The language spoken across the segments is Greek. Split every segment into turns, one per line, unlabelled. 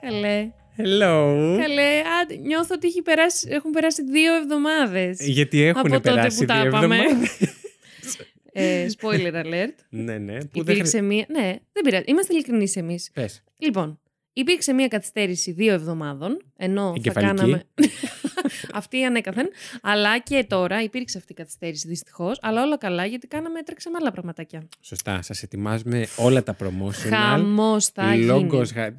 Καλέ.
Hello.
Καλέ. Α, νιώθω ότι έχει περάσει, έχουν περάσει δύο εβδομάδες.
Γιατί έχουν
από τότε
Ε, περάσει
που τα
δύο
είπαμε.
εβδομάδες.
Ε, spoiler alert.
ναι, ναι. Που δεν
Υπήρξε μία. Ναι, δεν πειράζει. Είμαστε ειλικρινείς εμείς.
χρει- Πες.
Λοιπόν, υπήρξε μία καθυστέρηση δύο εβδομάδων, ενώ θα
Εγκεφαλική.
κάναμε. αυτή ανέκαθεν. Αλλά και τώρα υπήρξε αυτή η καθυστέρηση δυστυχώς. Αλλά όλα καλά γιατί κάναμε τρέξαμε άλλα πραγματάκια.
Σωστά. Σας ετοιμάζουμε όλα τα promotional.
Χαμός θα γίνει.
Λόγκος, γα- ε,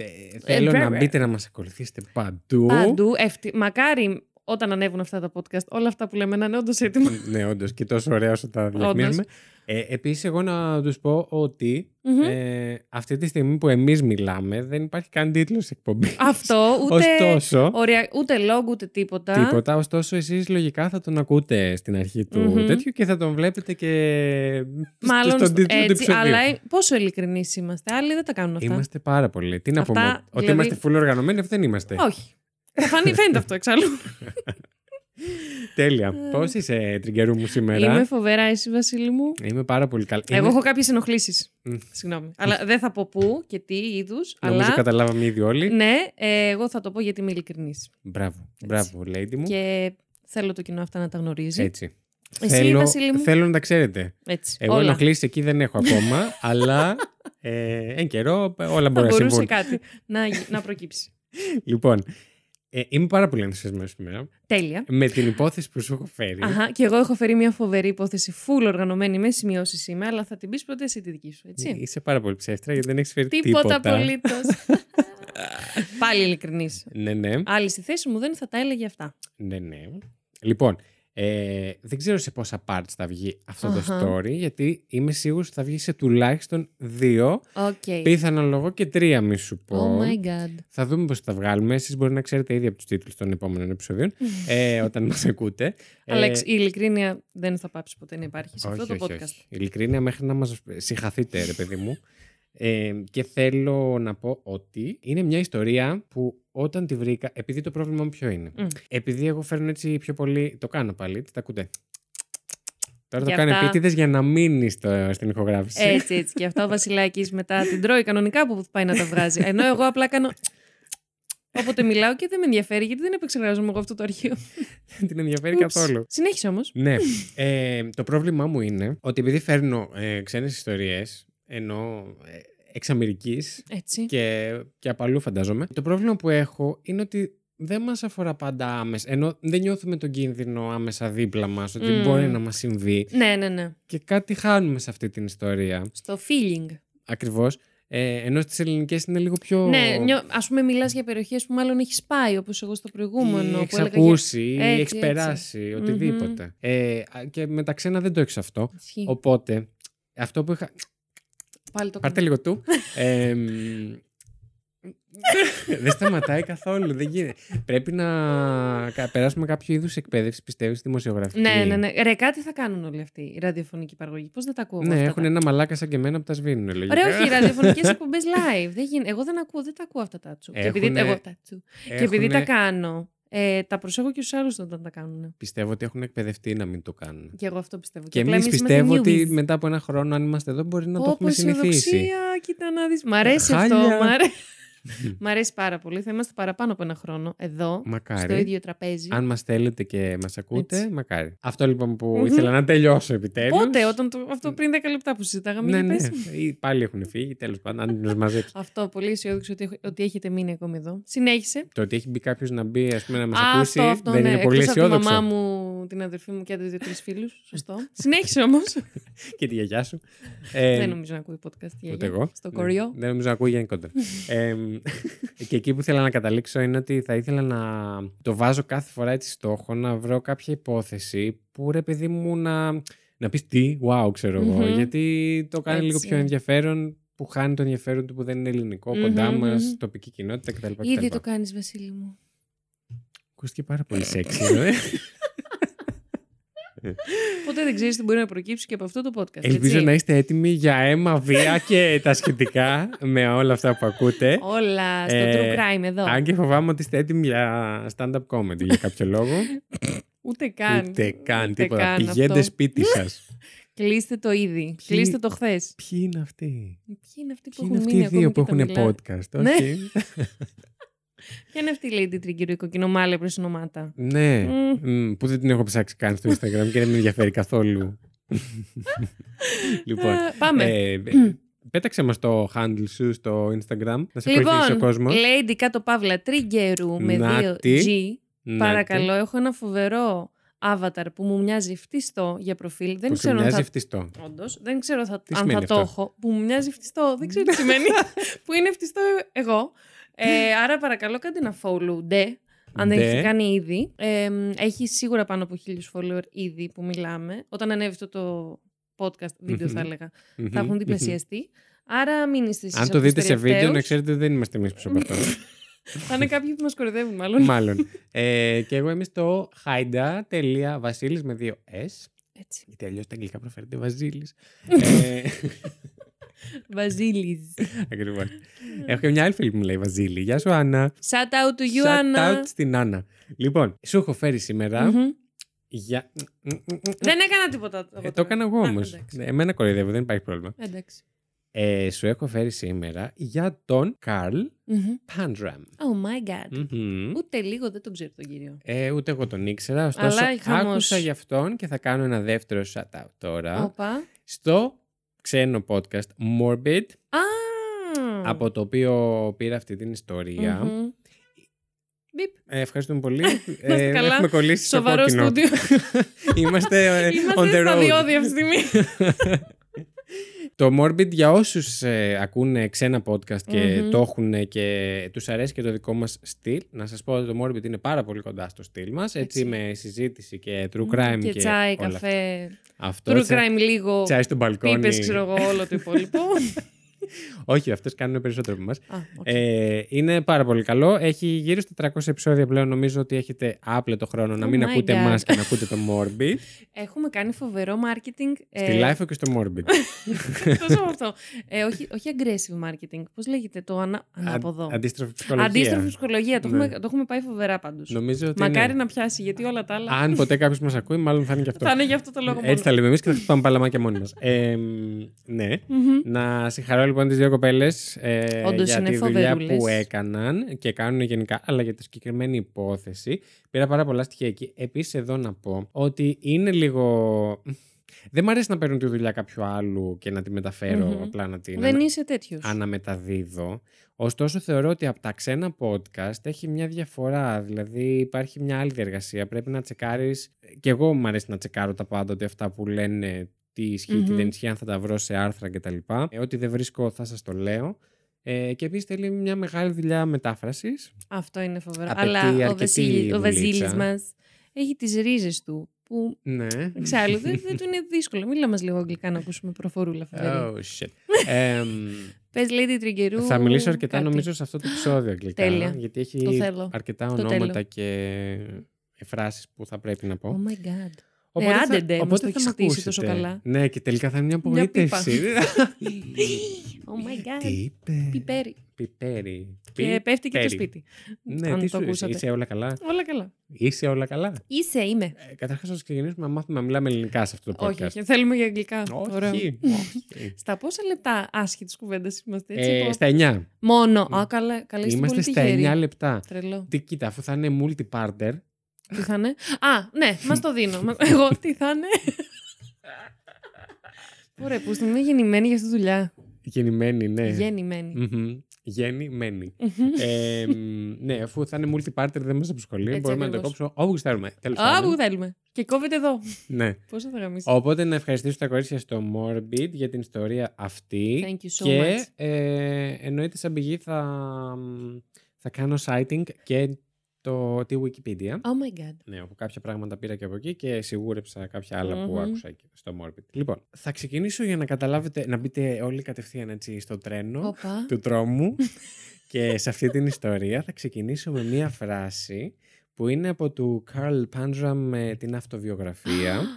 Θέλω να
βέβαια.
μπείτε να μας ακολουθήσετε παντού.
Παντού. Εύτη... Μακάρι όταν ανέβουν αυτά τα podcast, όλα αυτά που λέμε να είναι όντως έτοιμα.
ναι, όντως και τόσο ωραία όσο τα διαφημίζουμε. Ε, Επίσης, εγώ να τους πω ότι
Μμμ.
ε, αυτή τη στιγμή που εμείς μιλάμε, δεν υπάρχει καν τίτλος εκπομπής.
Αυτό ούτε,
Ωστόσο,
ωραία, ούτε log ούτε τίποτα.
τίποτα. Ωστόσο, εσείς λογικά θα τον ακούτε στην αρχή του
Μμμ.
τέτοιου και θα τον βλέπετε και
Μάλλον
στον τίτλο του
έτσι,
επεισοδίου.
αλλά πόσο ειλικρινείς είμαστε. Άλλοι δεν τα κάνουν αυτά.
Είμαστε πάρα πολύ. Τι να
Αυτά,
πούμε, ότι
δηλαδή-
είμαστε full οργανωμένοι, αυτό δεν είμαστε.
Όχι. Θα φανεί, φαίνεται αυτό εξάλλου.
Τέλεια. Πώς είσαι, τριγκερού μου σήμερα.
Ε. Είμαι φοβερά, εσύ, Βασίλη μου.
Είμαι πάρα πολύ καλή.
Εγώ έχω κάποιες ενοχλήσεις.
Μμ.
Συγγνώμη. αλλά δεν θα πω πού και τι είδους.
Νομίζω
Αλλά
καταλάβαμε ήδη όλοι.
ναι, ε, εγώ θα το πω γιατί είμαι ειλικρινής.
Μπράβο, μπράβο, lady μου.
Και θέλω το κοινό αυτά να τα γνωρίζει.
Έτσι.
Εσύ, Βασίλη μου.
θέλω να τα ξέρετε.
Έτσι.
Εγώ
όλα.
ενοχλήσεις εκεί δεν έχω ακόμα, αλλά ε, εν καιρό ε, όλα
Θα
μπορεί να
μπορούσε
συμβούν.
κάτι να, γι- να προκύψει.
Λοιπόν, ε, είμαι πάρα πολύ ενθουσιασμένος σήμερα
Τέλεια.
με την υπόθεση που σου έχω φέρει.
Αχα, και εγώ έχω φέρει μια φοβερή υπόθεση, full οργανωμένη με σημειώσεις είμαι, αλλά θα την πεις πρώτα εσύ τη δική σου,
Ε,
έτσι.
Είσαι πάρα πολύ ψεύτρα γιατί δεν έχεις φέρει τίποτα.
Τίποτα απολύτως. Πάλι ειλικρινής.
Ναι, ναι,
Άλλη στη θέση μου δεν θα τα έλεγε αυτά.
ναι, ναι. Λοιπόν, ε, δεν ξέρω σε πόσα parts θα βγει αυτό το
Αχα.
story, γιατί είμαι σίγουρος ότι θα βγει σε τουλάχιστον δύο,
Οκ.
πιθανολογώ και τρία μη σου πω.
Ε. Oh my god.
Θα δούμε πώς τα βγάλουμε. Εσείς μπορεί να ξέρετε ήδη από τους τίτλους των επόμενων επεισοδίων ε, όταν μας ακούτε.
Αλλά
Ε,
εξ- η ειλικρίνεια δεν θα πάψει ποτέ να υπάρχει σε
όχι,
αυτό το
όχι,
podcast.
όχι. Ειλικρίνεια, μέχρι να μας συγχαθείτε, ρε παιδί μου. Ε, και θέλω να πω ότι είναι μια ιστορία που όταν τη βρήκα. Επειδή το πρόβλημα μου ποιο είναι.
Μμ.
Επειδή εγώ φέρνω έτσι πιο πολύ. Το κάνω πάλι, τι τα ακούτε. Τώρα το
Για Ε.
κάνω
αυτά-
επίτηδες για να μείνει στο- στην ηχογράφηση.
Έτσι, έτσι. Και αυτά ο Βασιλάκης μετά την τρώει κανονικά που πάει να τα βγάζει. Ενώ εγώ απλά κάνω. Όποτε μιλάω και δεν με ενδιαφέρει, γιατί δεν επεξεργάζομαι εγώ αυτό το αρχείο.
Δεν την ενδιαφέρει
Ούψ.
καθόλου.
Συνέχισε όμως.
Ναι. Ε, το πρόβλημά μου είναι ότι επειδή φέρνω ε, ξένες ιστορίες, ενώ ε, εξ Αμερικής
Έτσι.
και, και από αλλού φαντάζομαι, το πρόβλημα που έχω είναι ότι δεν μας αφορά πάντα άμεσα, ενώ δεν νιώθουμε τον κίνδυνο άμεσα δίπλα μας, ότι
Μμμ.
μπορεί να μας συμβεί
Ναι, ναι, ναι.
και κάτι χάνουμε σε αυτή την ιστορία
Στο feeling.
ακριβώς. Ε, ενώ στις ελληνικές είναι λίγο πιο...
Ναι, νιώ... ας πούμε, μιλάς για περιοχές που μάλλον έχεις πάει, όπως εγώ στο προηγούμενο.
Ή
που έλεγα για-
εξακούσει, ή
Έτσι,
έχεις
έτσι.
περάσει,
Μμμ.
οτιδήποτε. Ε, α, και με τα ξένα δεν το έχεις αυτό.
Ισχύει.
Οπότε, αυτό που είχα,
Πάλι το
Πάρτε
κάνω.
λίγο του. Ε, μ, δεν σταματάει καθόλου. Δεν γίνεται. Πρέπει να κα- περάσουμε κάποιο είδους εκπαίδευση, πιστεύεις, δημοσιογραφική.
Ναι, ναι, ναι. Ρε, κάτι θα κάνουν όλοι αυτοί οι ραδιοφωνικοί παραγωγοί. Πώς δεν τα ακούω εγώ
Ναι,
αυτά
έχουν
τα-
ένα μαλάκα σαν και εμένα που τα σβήνουν. Λογικά.
Ρε, όχι, ραδιοφωνικές εκπομπές live. Δεν γίνει. Εγώ δεν ακούω, δεν τα ακούω αυτά τα τσου. Και επειδή,
Έχουνε-
εγώ, τα τσου. Και επειδή τα κάνω, ε, τα προσέχω και στου άλλου όταν τα κάνουν.
Πιστεύω ότι έχουν εκπαιδευτεί να μην το κάνουν.
Και εγώ αυτό πιστεύω.
Και
απλά
εμεί
εμείς
πιστεύω
είμαστε
ότι
newbies.
μετά από ένα χρόνο, αν είμαστε εδώ, μπορεί να το
Πω,
έχουμε
πω,
συνηθίσει.
αισιοδοξία, κοίτα να δεις. Μ' αρέσει αυτό.
Χάλια.
Μ' αρέσει, μ αρέσει πάρα πολύ. Θα είμαστε παραπάνω από ένα χρόνο εδώ, στο
Μακάρι.
ίδιο τραπέζι.
Αν μας θέλετε και μας ακούτε,
Έτσι.
μακάρι. Αυτό λοιπόν που
Μμμ.
ήθελα να τελειώσω επιτέλους.
Πότε, όταν το, αυτό πριν 10 λεπτά που συζητάγαμε,
Ναι,
για
ναι.
πες.
Ή Πάλι έχουν φύγει, τέλος πάντων, αν τους μαζέψω.
Αυτό, πολύ αισιόδοξο ότι, έχ- ότι έχετε μείνει ακόμη εδώ. Συνέχισε.
Το ότι έχει μπει κάποιος να μπει, ας πούμε, να μας
Α,
ακούσει, δεν είναι πολύ
Εκτός από τη
αισιόδοξο.
μαμά μου, την αδερφή μου και τρει φίλους. Σωστό. Συνέχισε όμως.
Ε, Και τη γιαγιά σου. Ε,
δεν νομίζω να ακούει podcast. η
Ούτε
γιαγιά.
εγώ.
Στο
Ναι.
κοριό.
Δεν νομίζω να ακούει γενικότερα. ε, και εκεί που ήθελα να καταλήξω είναι ότι θα ήθελα να το βάζω κάθε φορά έτσι στόχο να βρω κάποια υπόθεση που ρε παιδί μου να, να πεις τι, wow, ξέρω εγώ.
Μμμ.
Γιατί το κάνει λίγο
Έτσι
πιο
είναι.
ενδιαφέρον που χάνει το ενδιαφέρον του που δεν είναι ελληνικό, κοντά
Μμμ,
μας,
μμμ.
τοπική κοινότητα κτλ. κτλ.
Ήδη το κάνεις, Βασίλη μου.
Ακούστηκε πάρα πολύ σεξι, ε.
Ποτέ δεν ξέρεις τι μπορεί να προκύψει και από αυτό το podcast.
Ελπίζω
έτσι.
να είστε έτοιμοι για αίμα, βία και τα σχετικά με όλα αυτά που ακούτε.
Όλα στο
Ε,
true crime εδώ.
Αν και φοβάμαι ότι είστε έτοιμοι για stand-up comedy για κάποιο λόγο.
Ούτε καν.
Ούτε καν τίποτα.
καν
Πηγαίνετε
αυτό. Ναι.
σπίτι σας.
Κλείστε το ήδη. Κλείστε το χθες.
Ποιοι είναι αυτοί.
Ποιοι είναι αυτοί που
Ποιοι είναι
έχουν
αυτοί οι
μείνει
δύο
ακόμη
που
και τα μιλάνε.
έχουν podcast.
Ναι.
Όχι.
Ποια είναι αυτή η Lady Trigger, η κοκκινομάλεπρη συνομάτα.
Ναι,
Μμμ.
Μμμ, που δεν την έχω ψάξει καν στο Instagram και δεν με ενδιαφέρει καθόλου. λοιπόν,
Ε, πάμε.
ε, πέταξε μας το handle σου στο Instagram, να σε ακολουθήσει ο
λοιπόν,
κόσμος.
Lady κάτω παύλα Trigger με
Να
2G.
τη. Να
Παρακαλώ,
τι,
έχω ένα φοβερό avatar που μου μοιάζει φτιστό για προφίλ. Δεν
Που σου
ξέρω αν
μοιάζει
θα
φτιστό.
Όντως, δεν ξέρω θα,
Τι
αν
σημαίνει
θα το
αυτό?
έχω. Που μου μοιάζει φτιστό, δεν ξέρω τι σημαίνει. που είναι φτιστό εγώ. Ε, άρα παρακαλώ κάντε ένα follow, ντε, αν δεν
Ντε.
έχετε κάνει ήδη. Ε, μ, έχει σίγουρα πάνω από χίλιους follower ήδη που μιλάμε. Όταν ανέβει αυτό το podcast, βίντεο θα
Μμμ.
έλεγα,
Μμμ,
θα έχουν
μμμ.
διπλασιαστεί. Άρα μην είστε εσείς
Αν
από
το
τους
δείτε σε βίντεο, να
τελευταίους.
ξέρετε δεν είμαστε εμείς πίσω από αυτό.
Θα είναι κάποιοι που μας κορυδεύουν μάλλον.
Μάλλον. Ε, και εγώ είμαι στο haida.vasilis με δύο S.
Έτσι.
Γιατί αλλιώς τα αγγλικά προφέρεται Βασίλης. ε,
Βασίλης.
Ακριβώς. Έχω και μια άλλη φίλη που μου λέει Βασίλη. Γεια σου, Άννα.
Shout out to you,
Shout
Anna.
out στην Άννα. Λοιπόν, σου έχω φέρει σήμερα
Μμμ.
για.
Δεν έκανα τίποτα. εγώ
Ε, το
τώρα.
έκανα εγώ
Α,
όμως.
εντάξει.
Εμένα κοροϊδεύω, δεν υπάρχει πρόβλημα.
Εντάξει.
Ε, σου έχω φέρει σήμερα για τον Καρλ
Μμμ.
Πάντραμ.
Oh my god.
Μμμ.
Ούτε λίγο δεν τον ξέρω τον κύριο.
Ε, ούτε εγώ τον ήξερα, ωστόσο
Αλλά χαμός.
άκουσα γι' αυτόν και θα κάνω ένα δεύτερο shout out τώρα
Όπα.
στο ξένο podcast Morbid,
Α!
από το οποίο πήρα αυτή την ιστορια
Μμμ.
Ε, ευχαριστούμε πολύ. Ε,
Είμαστε καλά.
Έχουμε κολλήσει
Σοβαρό
στο κόκκινο.
στούντιο.
Είμαστε, ε, on
Είμαστε
the
στα
road.
διόδια αυτή τη στιγμή.
το Morbid για όσους ε, ακούνε ξένα podcast και
Μμμ.
το έχουν και τους αρέσει και το δικό μας στυλ, να σας πω ότι το Morbid είναι πάρα πολύ κοντά στο στυλ μας, έτσι,
Έτσι.
με συζήτηση και true crime και,
Και τσάι,
όλα αυτά.
καφέ.
Αυτό,
True
τσάι-
crime λίγο.
Τσάι στο μπαλκόνι.
Πίπες, ξέρω εγώ, όλο το υπόλοιπο.
Όχι, αυτές κάνουν περισσότερο από εμάς.
Α, οκ.
Ε, είναι πάρα πολύ καλό. Έχει γύρω στα 400 επεισόδια πλέον. Νομίζω ότι έχετε άπλετο χρόνο να
Oh
μην
my
ακούτε
God.
εμάς και να ακούτε το Morbid.
Έχουμε κάνει φοβερό marketing.
Στη Life και στο Morbid.
Τόσο από αυτό. Ε, όχι, όχι aggressive marketing. Πώς λέγεται το ανα... ανάποδο.
Αν- Αντίστροφη ψυχολογία.
Αντίστροφη ψυχολογία. Το,
Ναι.
έχουμε, το έχουμε πάει φοβερά πάντως.
Νομίζω ότι.
Μακάρι
ναι.
να πιάσει, γιατί όλα τα άλλα.
Αν ποτέ κάποιος μας ακούει, μάλλον θα είναι και αυτό.
Θα είναι γι' αυτό το λόγο
Έτσι
μόνο.
θα λέμε εμείς και θα χτυπάμε παλαμάκια μόνοι μας. Ε, μ, ναι.
Μμμ.
Να συγχαρώ λοιπόν τις δύο κοπέλες ε,
Όντως
για
είναι
τη δουλειά
φοβερούλες.
που έκαναν και κάνουν γενικά, αλλά για τη συγκεκριμένη υπόθεση. Πήρα πάρα πολλά στοιχεία εκεί. Επίσης, εδώ να πω ότι είναι λίγο. Δεν μ' αρέσει να παίρνω τη δουλειά κάποιου άλλου και να τη μεταφερω
Μμμ.
απλά να την
Δεν
ναι. ανα-
είσαι τέτοιος.
αναμεταδίδω. Ωστόσο, θεωρώ ότι από τα ξένα podcast έχει μια διαφορά. Δηλαδή, υπάρχει μια άλλη διεργασία. Πρέπει να τσεκάρεις. Και εγώ μου αρέσει να τσεκάρω τα πάντα ότι αυτά που λένε τι ισχύει, τι
Μμμ.
δεν ισχύει, αν θα τα βρω σε άρθρα κτλ. Ε, ό,τι δεν βρίσκω, θα σας το λέω. Ε, και επίσης θέλει μια μεγάλη δουλειά μετάφρασης.
Αυτό είναι φοβερό.
Απαιτεί
Αλλά ο,
αρκετή
Βασίλη, ο
δουλίτσα.
Βασίλης μας έχει τις ρίζες του που
Ναι.
εξάλλου δεν, δεν του είναι δύσκολο. Μίλα μας λίγο αγγλικά να ακούσουμε προφορούλα φοβερή.
Oh, shit. Εμ,
Πες Lady Τριγκερού
θα μιλήσω αρκετά
κάτι.
νομίζω σε αυτό το επεισόδιο αγγλικά.
Τέλεια.
Γιατί
Το
έχει
θέλω.
αρκετά
θέλω.
ονόματα και φράσεις που θα πρέπει να πω.
Oh my god.
Οπότε
Ε,
θα-
άντε, ντε, μας
οπότε
το
θα
έχεις
μ'
χτίσει τόσο
ακούσετε.
καλά.
Ναι, και τελικά θα είναι μια
Oh
απογοήτευση.
my
Τι
god.
είπε.
Πιπέρι.
Πιπέρι.
Και πέφτει και το
Πιπέρι.
σπίτι.
Ναι,
αν το
τι σου είσαι,
ακούσατε.
είσαι όλα καλά.
Όλα καλά.
Είσαι όλα καλά.
Είσαι, είμαι.
Ε, Καταρχάς, να ξεκινήσουμε να μάθουμε να μιλάμε ελληνικά σε αυτό το podcast.
Όχι, όχι, θέλουμε για αγγλικά. Ωραίο.
όχι. όχι.
Στα πόσα λεπτά άσχετης κουβέντας είμαστε έτσι.
Ε,
είπα.
στα 9.
Μόνο. Α, καλά, καλά είστε
Είμαστε
πολύ
στα
τυχεροί.
9 λεπτά.
Τρελό.
Τι κοίτα, αφού θα είναι multi-parter.
Τι θα είναι. Α, ναι, μας το δίνω. Μας- Εγώ τι θα είναι. Ωραία, που στην είναι γεννημένη για αυτή τη δουλειά.
Γεννημένη, ναι.
Γεννημένη.
Μμμ. Γεννημένη. Ε, μ, ναι, αφού θα είναι multi-parter, δεν είμαστε από σχολείο.
Έτσι
Μπορούμε να το
ακριβώς.
κόψουμε όπου θέλουμε. Τέλος
Α,
πάντων.
που θέλουμε. Και κόβεται εδώ.
Ναι.
Πώ θα γαμίσει.
Οπότε να ευχαριστήσω τα κορίτσια στο Morbid για την ιστορία αυτή.
Thank you so
και
much.
ε, εννοείται σαν πηγή θα, θα κάνω sighting και το, τη Wikipedia.
Oh my god.
Ναι, όπου κάποια πράγματα πήρα και από εκεί και σιγούρεψα κάποια άλλα που
Μμμ.
άκουσα εκεί στο Morbid. Λοιπόν, θα ξεκινήσω για να καταλάβετε, να μπείτε όλοι κατευθείαν έτσι στο τρένο
Όπα.
του τρόμου. και σε αυτή την ιστορία θα ξεκινήσω με μία φράση που είναι από του Carl Pandram με την αυτοβιογραφία. Για
Α,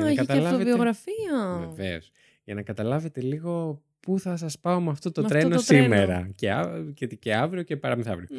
να
έχει και
καταλάβετε.
αυτοβιογραφία.
Βεβαίως. Για να καταλάβετε λίγο πού θα σας πάω με αυτό το
Με αυτό
τρένο
το τρένο.
σήμερα. Και, α- και, και αύριο και παραμεθαύριο.
Μμμ.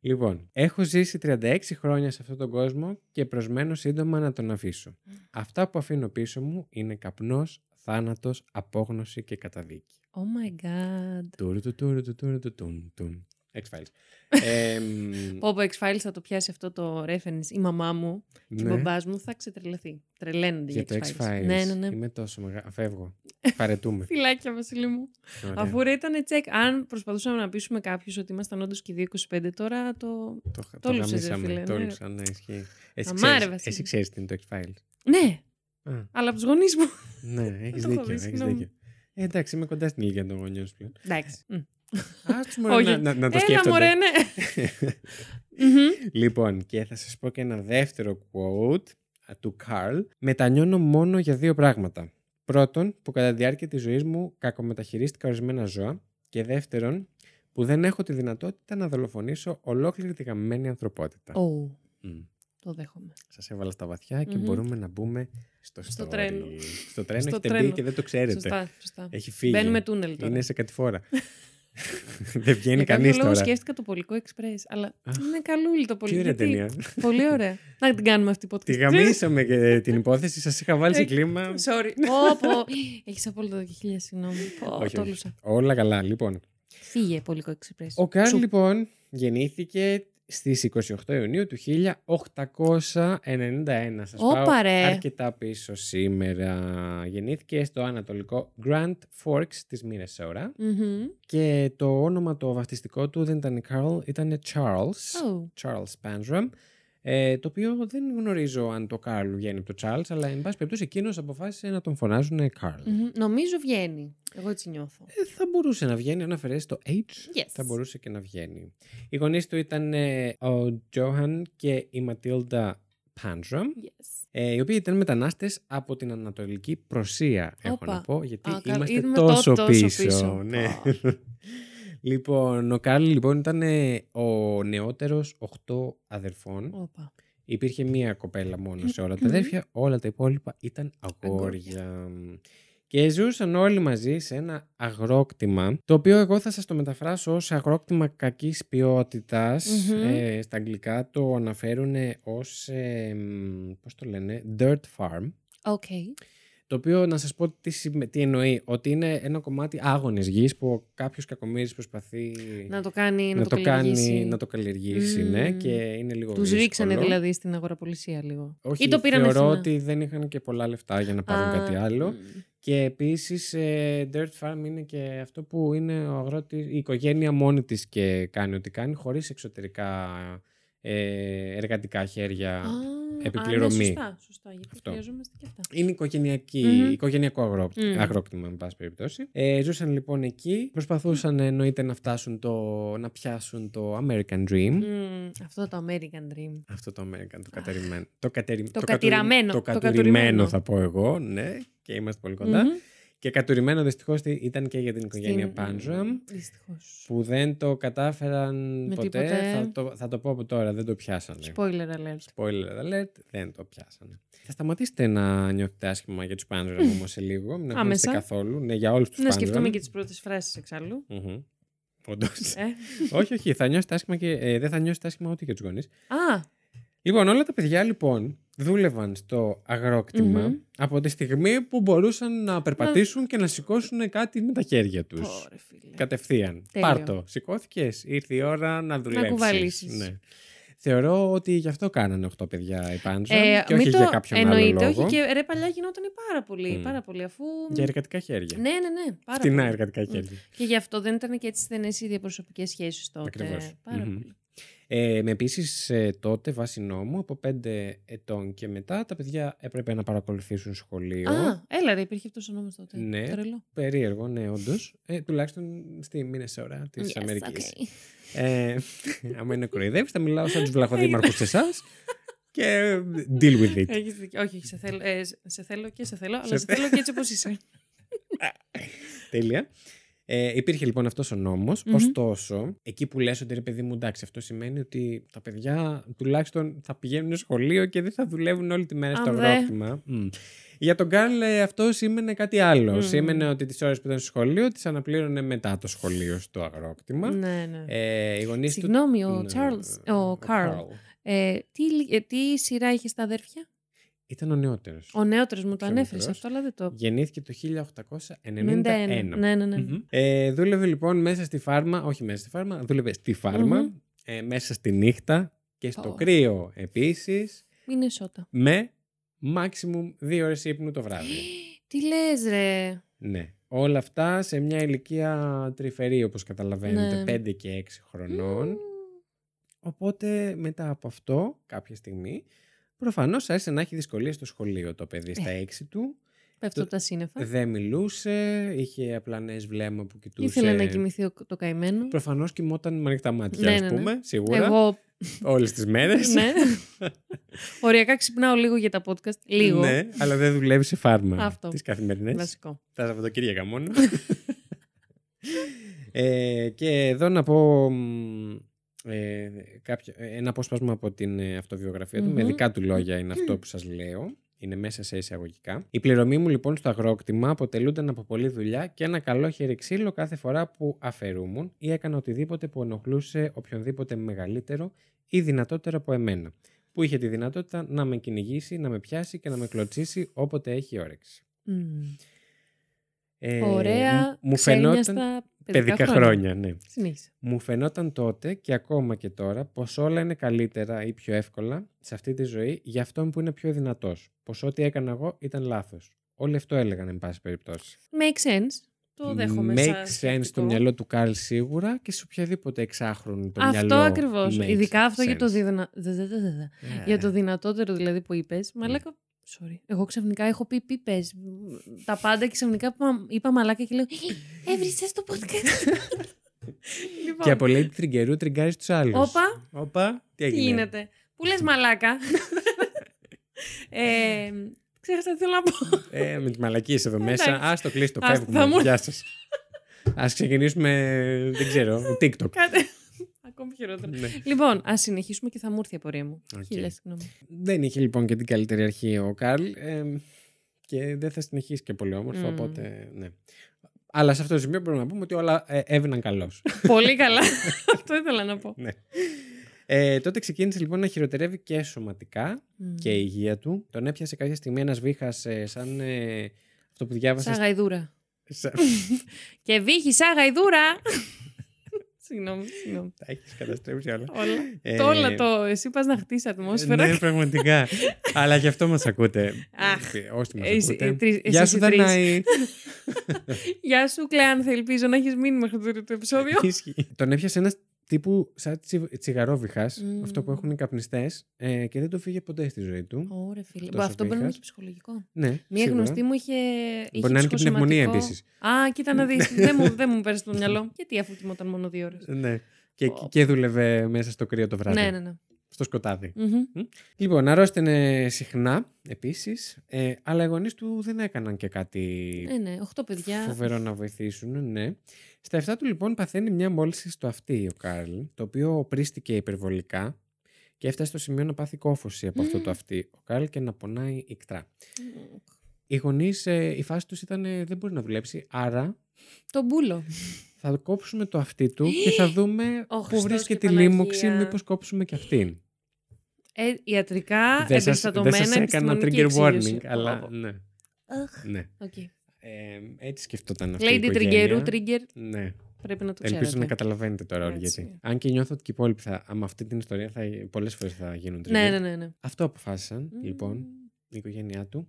Λοιπόν, έχω ζήσει 36 χρόνια σε αυτόν τον κόσμο και προσμένω σύντομα να τον αφήσω. Αυτά που αφήνω πίσω μου είναι καπνός, θάνατος, απόγνωση και καταδίκη.
Oh my god.
Τούρου του τούρου του τούρου του τουν τουν. X-Files. Εμ,
Πω πω X-Files θα το πιάσει αυτό το reference η μαμά μου και ο
ναι.
μπαμπάς μου θα ξετρελαθεί. Τρελαίνονται
Για
για
το
X-Files.
X-Files.
Ναι, ναι, ναι.
Είμαι τόσο μεγάλο. Φεύγω. Παρετούμε.
Φιλάκια, Βασίλη μου.
Ωραία.
Αφού ρε ήταν τσεκ, αν προσπαθούσαμε να πείσουμε κάποιους ότι ήμασταν όντως και οι δύο 25, τώρα το.
Το, το,
το λούσες, ρε
γαμίσαμε,
φίλε,
Το
ναι.
λούσα, ναι, ισχύει. Εσύ
Αμάρε,
ξέρεις,
Βασίλη.
εσύ ξέρεις τι είναι το X-Files.
Ναι,
Α,
αλλά από τους γονείς μου.
ναι, έχεις
το έχω
δίκιο,
δει,
έχεις
συγγνώμη.
δίκιο. Ε, εντάξει, είμαι κοντά στην ηλικία των γονιών σου πλέον.
Εντάξει. Μμ.
Ας τους μωρέ,
Όχι.
να, να, να το
Έλα, μωρέ,
σκέφτονται.
ναι. Μμμ.
λοιπόν, και θα σας πω και ένα δεύτερο quote α, του Καρλ. Μετανιώνω μόνο για δύο πράγματα. Πρώτον, που κατά τη διάρκεια της ζωής μου κακομεταχειρίστηκα ορισμένα ζώα. Και δεύτερον, που δεν έχω τη δυνατότητα να δολοφονήσω ολόκληρη τη γαμμένη ανθρωπότητα.
Ω,
Μμ.
Το δέχομαι.
Σας έβαλα στα βαθιά και
Μμμ.
μπορούμε να μπούμε στο,
Στο
story.
τρένο.
Στο τρένο
Στο
έχετε μπει
τρένο.
και δεν το ξέρετε.
Σωστά, σωστά.
Έχει φύγει.
Μπαίνουμε τούνελ τώρα.
Είναι σε κατηφόρα. δεν βγαίνει
Για κάποιο
κανείς
λόγο
τώρα.
σκέφτηκα το Πολικό Express, αλλά
Αχ.
είναι καλούλη το
Τι
Πολικό.
ωραία
γιατί-
ταινία.
Πολύ ωραία. Να την κάνουμε αυτή η podcast.
Τη γαμίσαμε και την υπόθεση. Σας είχα βάλει σε
Ε,
κλίμα.
Sorry. Πω, πω. Έχεις απόλυτο δίκιο, χίλια συγγνώμη. Πω,
Όχι,
το
όχι.
λούσα.
Όλα καλά, λοιπόν.
Φύγε, Πολικό Express.
Ο Καρλ,
Σου.
λοιπόν, γεννήθηκε στις 28 Ιουνίου του 1891. Σας
Όπα,
πάω
ρε.
αρκετά πίσω σήμερα. Γεννήθηκε στο ανατολικό Grand Forks της Μινεσόρα.
Μμμ.
Και το όνομα το βαφτιστικό του δεν ήταν Carl, ήταν Charles.
Ω.
Charles Panzram. Ε, το οποίο δεν γνωρίζω αν το Carl βγαίνει από το Charles, αλλά εν πάση περιπtώσει εκείνος αποφάσισε να τον φωνάζουν Carl.
Μμμ. Νομίζω βγαίνει. Εγώ έτσι νιώθω.
Ε, θα μπορούσε να βγαίνει, αν αφαιρέσει το H,
Yes.
θα μπορούσε και να βγαίνει. Οι γονείς του ήταν ε, ο Johan και η Matilda Panzram,
Yes.
ε, οι οποίοι ήταν μετανάστες από την Ανατολική Προσία, έχω
Όπα.
να πω, γιατί
Α, καλά,
είμαστε
είδαμε
τόσο,
το- τόσο
πίσω.
πίσω.
Ναι.
Α.
λοιπόν, ο Κάρλ λοιπόν ήταν ε, ο νεότερος 8 αδερφών.
Όπα.
Υπήρχε μία κοπέλα μόνο σε όλα τα αδέρφια, όλα τα υπόλοιπα ήταν αγόρια. Και ζούσαν όλοι μαζί σε ένα αγρόκτημα, το οποίο εγώ θα σας το μεταφράσω ως αγρόκτημα κακής ποιότητας.
Μμμ.
Ε, στα αγγλικά το αναφέρουν ως, ε, μ, πώς το λένε, dirt farm.
Οκ.
Το οποίο να σας πω τι, σημα- τι εννοεί, ότι είναι ένα κομμάτι άγονης γης που κάποιος κακομύρης προσπαθεί
Να το κάνει, να,
να
το, καλλιεργήσει.
κάνει, να το καλλιεργήσει,
Μμμ.
ναι, και είναι λίγο
Τους ρίξανε
δύσκολο.
δηλαδή στην αγοραπολισία λίγο.
Όχι,
Ή το πήραν
θεωρώ
ευθυνά.
ότι δεν είχαν και πολλά λεφτά για να πάρουν
Α,
κάτι άλλο.
μμ.
Και επίσης ε, Dirt Farm είναι και αυτό που είναι ο αγρότης, η οικογένεια μόνη της και κάνει ό,τι κάνει χωρίς εξωτερικά ε, εργατικά χέρια.
Α, α,
επιπληρωμή.
ναι, σωστά, σωστά, γιατί
Αυτό.
χρειαζόμαστε και αυτά.
Είναι οικογενειακή-
Μμμ.
οικογενειακό αγρό-
Μμμ.
αγρόκτημα, εν πάση περιπτώσει. Ε, ζούσαν λοιπόν εκεί. Προσπαθούσαν εννοείται να φτάσουν το, να πιάσουν το American Dream.
Μμ, αυτό το American Dream.
Αυτό το American, το κατερημένο. Το, κατερι...
Το
κατουρι-
κατηραμένο, το
Το κατουρημένο
κατουρημένο.
θα πω εγώ, ναι, και είμαστε πολύ κοντά.
Μμμ.
Και κατουρημένο δυστυχώς ήταν και για την οικογένεια Πάντζαμ.
Δυστυχώς.
Που δεν το κατάφεραν
Με
ποτέ.
τίποτε.
Θα, το, θα το πω από τώρα, δεν το πιάσανε.
Spoiler alert.
Spoiler alert, δεν το πιάσανε. Θα σταματήσετε να νιώθετε άσχημα για τους Πάντζαμ όμω σε λίγο. Μην αγχώνεστε
Άμεσα.
καθόλου. Ναι, για όλους τους
Να σκεφτούμε και τις πρώτες φράσεις εξάλλου. Ε.
όχι, όχι, θα νιώσετε άσχημα και ε, δεν θα νιώσετε άσχημα ούτε για τους γονείς.
Α,
Λοιπόν, όλα τα παιδιά λοιπόν δούλευαν στο αγροκτημα
Μμμ.
από τη στιγμή που μπορούσαν να περπατήσουν και να σηκώσουν κάτι με τα χέρια τους.
πόρε φίλε.
Κατευθείαν.
Τέλειο.
Πάρτο. Σηκώθηκες. Ήρθε η ώρα να δουλέψεις.
κουβαλήσεις.
Θεωρώ ότι γι' αυτό κάνανε 8 παιδιά οι Πάντζα.
Ε,
και
μην
όχι
το
για κάποιον
εννοείται,
άλλο λόγο.
όχι και ρε παλιά γινόταν πάρα πολύ,
Μμ.
πάρα πολύ αφού...
Για εργατικά χέρια.
Ναι, ναι, ναι, πάρα
Φτηνά
πολύ.
εργατικά
Μμ.
χέρια.
Και γι' αυτό δεν ήταν και έτσι στενές οι διαπροσωπικές σχέσεις τότε.
Ακριβώς.
Πάρα
Μμμ.
πολύ.
Ε, με επίσης τότε, βάσει νόμου, από 5 ετών και μετά τα παιδιά έπρεπε να παρακολουθήσουν σχολείο.
Α, έλα ρε, υπήρχε αυτός ο νόμος τότε.
Ναι.
Τρελό.
Περίεργο, ναι, όντως. Ε, τουλάχιστον στη Μινεσόρα της
Yes,
Αμερικής.
okay.
Ε, άμα είναι κοροϊδεύεις, θα μιλάω σαν τους βλαχοδήμαρχους σε εσάς. Και ε, deal with it.
Έχεις δίκιο. Όχι, όχι, σε θέλω, ε, σε θέλω και σε θέλω,
Σε
αλλά σε θέλω και έτσι όπως είσαι.
Τέλεια. Ε, υπήρχε λοιπόν αυτός ο νομο
Μμμ.
Ωστόσο, εκεί που λες ότι ρε παιδί μου, εντάξει, αυτό σημαίνει ότι τα παιδιά τουλάχιστον θα πηγαίνουν σχολείο και δεν θα δουλεύουν όλη τη μέρα στο
Αν δε.
αγρόκτημα. Μμ. Για τον Καρλ ε, αυτό σήμαινε κάτι άλλο.
Μμμ.
Σήμαινε ότι τις ώρες που ήταν στο σχολείο τις αναπλήρωνε μετά το σχολείο στο αγρόκτημα.
ναι, ναι.
Ε, οι γονείς του-
Συγγνώμη, ο
Ναι,
Charles, ο Καρλ. Ε, τι, λι- ε, τι σειρά είχες στα αδέρφια.
Ήταν ο νεότερος.
Ο νεότερος μου το
Πιο
ανέφερες
μικρός.
αυτό, αλλά δεν το.
Γεννήθηκε το 1891.
91. Ναι, ναι, ναι.
Μμμ. Ε, δούλευε λοιπόν μέσα στη φάρμα, όχι μέσα στη φάρμα, δούλευε στη φάρμα,
Μμμ.
ε, μέσα στη νύχτα και στο
Πω.
κρύο επίσης,
Είναι σώτα.
με maximum δύο ώρες ύπνου το βράδυ.
Τι λες, ρε.
ναι. Όλα αυτά σε μια ηλικία τρυφερή, όπως καταλαβαίνετε,
Ναι.
5 και 6 χρονών.
Μμμ.
Οπότε μετά από αυτό, κάποια στιγμή, προφανώς άρχισε να έχει δυσκολίες στο σχολείο το παιδί στα
Ε.
6 του.
Πέφτω από τα σύννεφα.
Ε, Δεν μιλούσε, είχε απλανές βλέμμα που κοιτούσε.
Ήθελε να κοιμηθεί ο- το καημένο.
Προφανώς κοιμόταν με ανοιχτά μάτια,
Ναι,
ας
ναι, ναι.
πούμε, σίγουρα. Ε,
Εγώ.
Όλες τις μέρες.
Ναι. Οριακά ξυπνάω λίγο για τα podcast. Λίγο.
Ναι, αλλά δεν δουλεύει σε φάρμα.
Αυτό.
Τις καθημερινές.
Βασικό.
Τα Σαββατοκύριακα μόνο. ε, και εδώ να πω μ, ε, κάποιο, ένα απόσπασμα από την ε, αυτοβιογραφία του. Με
Μμμ.
δικά του λόγια είναι αυτό που σας λέω. Είναι μέσα σε εισαγωγικά. Η πληρωμή μου λοιπόν στο αγρόκτημα αποτελούνταν από πολλή δουλειά και ένα καλό χερεξίλο κάθε φορά που αφαιρούμουν ή έκανα οτιδήποτε που ενοχλούσε οποιονδήποτε μεγαλύτερο ή δυνατότερο από εμένα. Που είχε τη δυνατότητα να με κυνηγήσει, να με πιάσει και να με κλωτσίσει όποτε έχει όρεξη.
Μμμ.
Ε,
Ωραία.
μ- Μου
ξένια
φαινόταν.
στα
Παιδικά, χρόνια. ναι.
Συνήθισε.
Μου φαινόταν τότε και ακόμα και τώρα πως όλα είναι καλύτερα ή πιο εύκολα σε αυτή τη ζωή για αυτόν που είναι πιο δυνατός. Πως ό,τι έκανα εγώ ήταν λάθος. Όλοι αυτό έλεγαν, εν πάση περιπτώσει.
Makes sense. Το δέχομαι. σαν
Make sense στο
σκεπτικό.
μυαλό του Καρλ σίγουρα και σε οποιαδήποτε εξάχρονη το μυαλό.
Αυτό ακριβώς.
makes
Ειδικά αυτό για το,
sense.
διδανα... δε- δε- δε- δε- δε.
Ε, Ναι.
για το δυνατότερο δηλαδή που είπες. Μαλάκα. Sorry. Εγώ ξαφνικά έχω πει πίπε. Τα πάντα και ξαφνικά είπα, είπα μαλάκα και λέω. Έβρισες το podcast. λοιπόν,
Και από λέει του τριγκερού τριγκάρεις τους άλλους.
όπα,
Όπα, τι
τι
έγινε.
γίνεται. Που λες μαλάκα. ε, ξέχασα τι θέλω να πω.
Ε, με τι μαλακίε εδώ μέσα.
Εντάξει.
Ας το κλείσει το
Ας το θα
φεύγουμε.
μου-
Γεια σας. Ας ξεκινήσουμε, δεν ξέρω, TikTok.
Κάτι. Ακόμη χειρότερα.
Ναι.
Λοιπόν, ας συνεχίσουμε και θα μου έρθει η απορία μου.
Οκ.
Χίλια, συγγνώμη.
Δεν είχε λοιπόν και την καλύτερη αρχή ο Καρλ ε, και δεν θα συνεχίσει και πολύ όμορφο,
Μμμ.
οπότε ναι. Αλλά σε αυτό το σημείο μπορούμε να πούμε ότι όλα ε, έβαιναν καλώς.
Πολύ καλά. Αυτό ήθελα να πω.
ναι. Ε, τότε ξεκίνησε λοιπόν να χειροτερεύει και σωματικά και η υγεία του. Τον έπιασε κάποια στιγμή ένας βήχας ε, σαν ε, αυτό που διάβασα.
Σαν γαϊδούρα.
σαν-
Και βύχη σαν γαϊδούρα. συγγνώμη, συγγνώμη.
Τα έχεις καταστρέψει όλα.
Όλα.
Ε,
Το όλα το. Εσύ πας να χτίσεις ατμόσφαιρα.
Ναι, πραγματικά. Αλλά γι' αυτό μας ακούτε.
Αχ.
Όσοι μας
Ε, εσύ- ε,
ακούτε.
τρεις-
Γεια
εσείς
σου
οι τρεις.
Δανάη.
Γεια σου, Κλεάνθα. Ελπίζω να έχεις μείνει μέχρι το, το επεισόδιο.
Ισχύει. Τον έπιασες ένας τύπου σαν τσι, τσιγαρόβιχας,
Μμμ.
αυτό που έχουν οι καπνιστές, και δεν το φύγε ποτέ στη ζωή του.
Ωραία, φίλε.
Τόσο
Αυτό μπορεί να είναι
βήχας.
και ψυχολογικό.
Ναι,
Μία
σίγουρα.
γνωστή μου είχε. είχε
Μπορεί να είναι και πνευμονία
ψυχοσωματικό-
επίσης.
Α, κοίτα να δεις. δεν μου, δεν μου πέρασε το μυαλό. Γιατί αφού κοιμόταν μόνο δύο ώρες.
Ναι. Και,
Πω.
και δούλευε μέσα στο κρύο το βράδυ.
ναι, ναι, ναι.
Στο σκοτάδι.
Μμμ.
Λοιπόν, αρρώστηνε συχνά επίσης, ε, αλλά οι γονείς του δεν έκαναν και κάτι
Ναι, ναι. Οχτώ παιδιά.
Φοβερό να βοηθήσουν, ναι. Στα 7 του λοιπόν παθαίνει μια μόλυνση στο αυτί ο Κάρλ, το οποίο πρίστηκε υπερβολικά και έφτασε στο σημείο να πάθει κόφωση από αυτό το αυτί ο Κάρλ και να πονάει ικτρά. Οι γονείς, η φάση τους ήταν ε, δεν μπορεί να δουλέψει, άρα
Το μπούλο.
θα κόψουμε το αυτί του και θα δούμε
Ο
πού
Χριστός
βρίσκεται
και
η λίμωξη,
Παναγία.
μήπως κόψουμε και αυτήν.
Ε, ιατρικά,
Δεν σας-
εμπεριστατωμένα,
δεν σας έκανα
επιστημονική
trigger warning,
εξήγηση. Πω,
αλλά
πω.
ναι.
Αχ.
ναι.
Οκ.
Ε, έτσι σκεφτόταν αυτή η
Lady Triggerού,
οικογένεια.
Trigger,
Ναι.
πρέπει να το ξέρετε.
Ελπίζω να καταλαβαίνετε τώρα όλοι
Έτσι.
γιατί. Αν και νιώθω ότι και οι υπόλοιποι θα, με αυτή την ιστορία θα, πολλές φορές θα γίνουν τριγύρω.
Ναι, ναι, ναι. ναι.
Αυτό αποφάσισαν λοιπόν
Μμμ.
η οικογένειά του.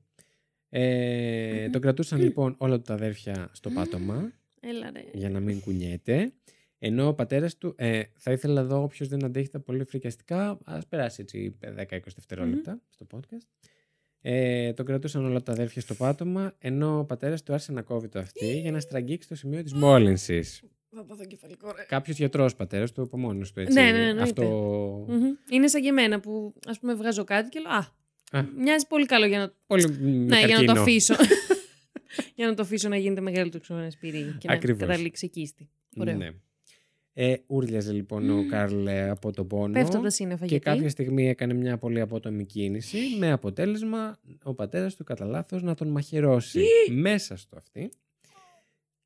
Ε,
Μμμ.
Τον κρατούσαν
Μμμ.
λοιπόν όλα του τα αδέρφια στο πάτωμα
Έλα ρε.
για να μην κουνιέται. Ενώ ο πατέρας του, ε, θα ήθελα εδώ όποιο δεν αντέχει τα πολύ φρικιαστικά, ας περάσει έτσι 10-20 δευτερόλεπτα στο podcast. Ε, τον κρατούσαν όλα τα αδέρφια στο πάτωμα, ενώ ο πατέρας του άρχισε να κόβει το αυτή για να στραγγίξει το σημείο της μόλυνσης.
Θα πάθω κεφαλικό ρε.
Κάποιος γιατρός πατέρας του από μόνος του. Έτσι.
Ναι, ναι, εννοείται.
Αυτό.
Μμμ. Είναι σαν και εμένα που ας πούμε βγάζω κάτι και λέω Α,
Α.
μοιάζει πολύ καλό για να,
Πολύ Ε. με
ναι, για να το
καρκίνο.
αφήσω. για να το αφήσω να γίνεται μεγάλο το ξωμένο σπίρι και
Ακριβώς.
να καταλήξει εκείστη. Ωραίο.
Ναι. Ε, ούρλιαζε λοιπόν ο
Μμμ.
Καρλ ε, από τον πόνο.
Πέφτω από τα σύννεφα
και
γιατί.
κάποια στιγμή έκανε μια πολύ απότομη κίνηση με αποτέλεσμα ο πατέρας του κατά λάθος να τον μαχαιρώσει μέσα στο αυτή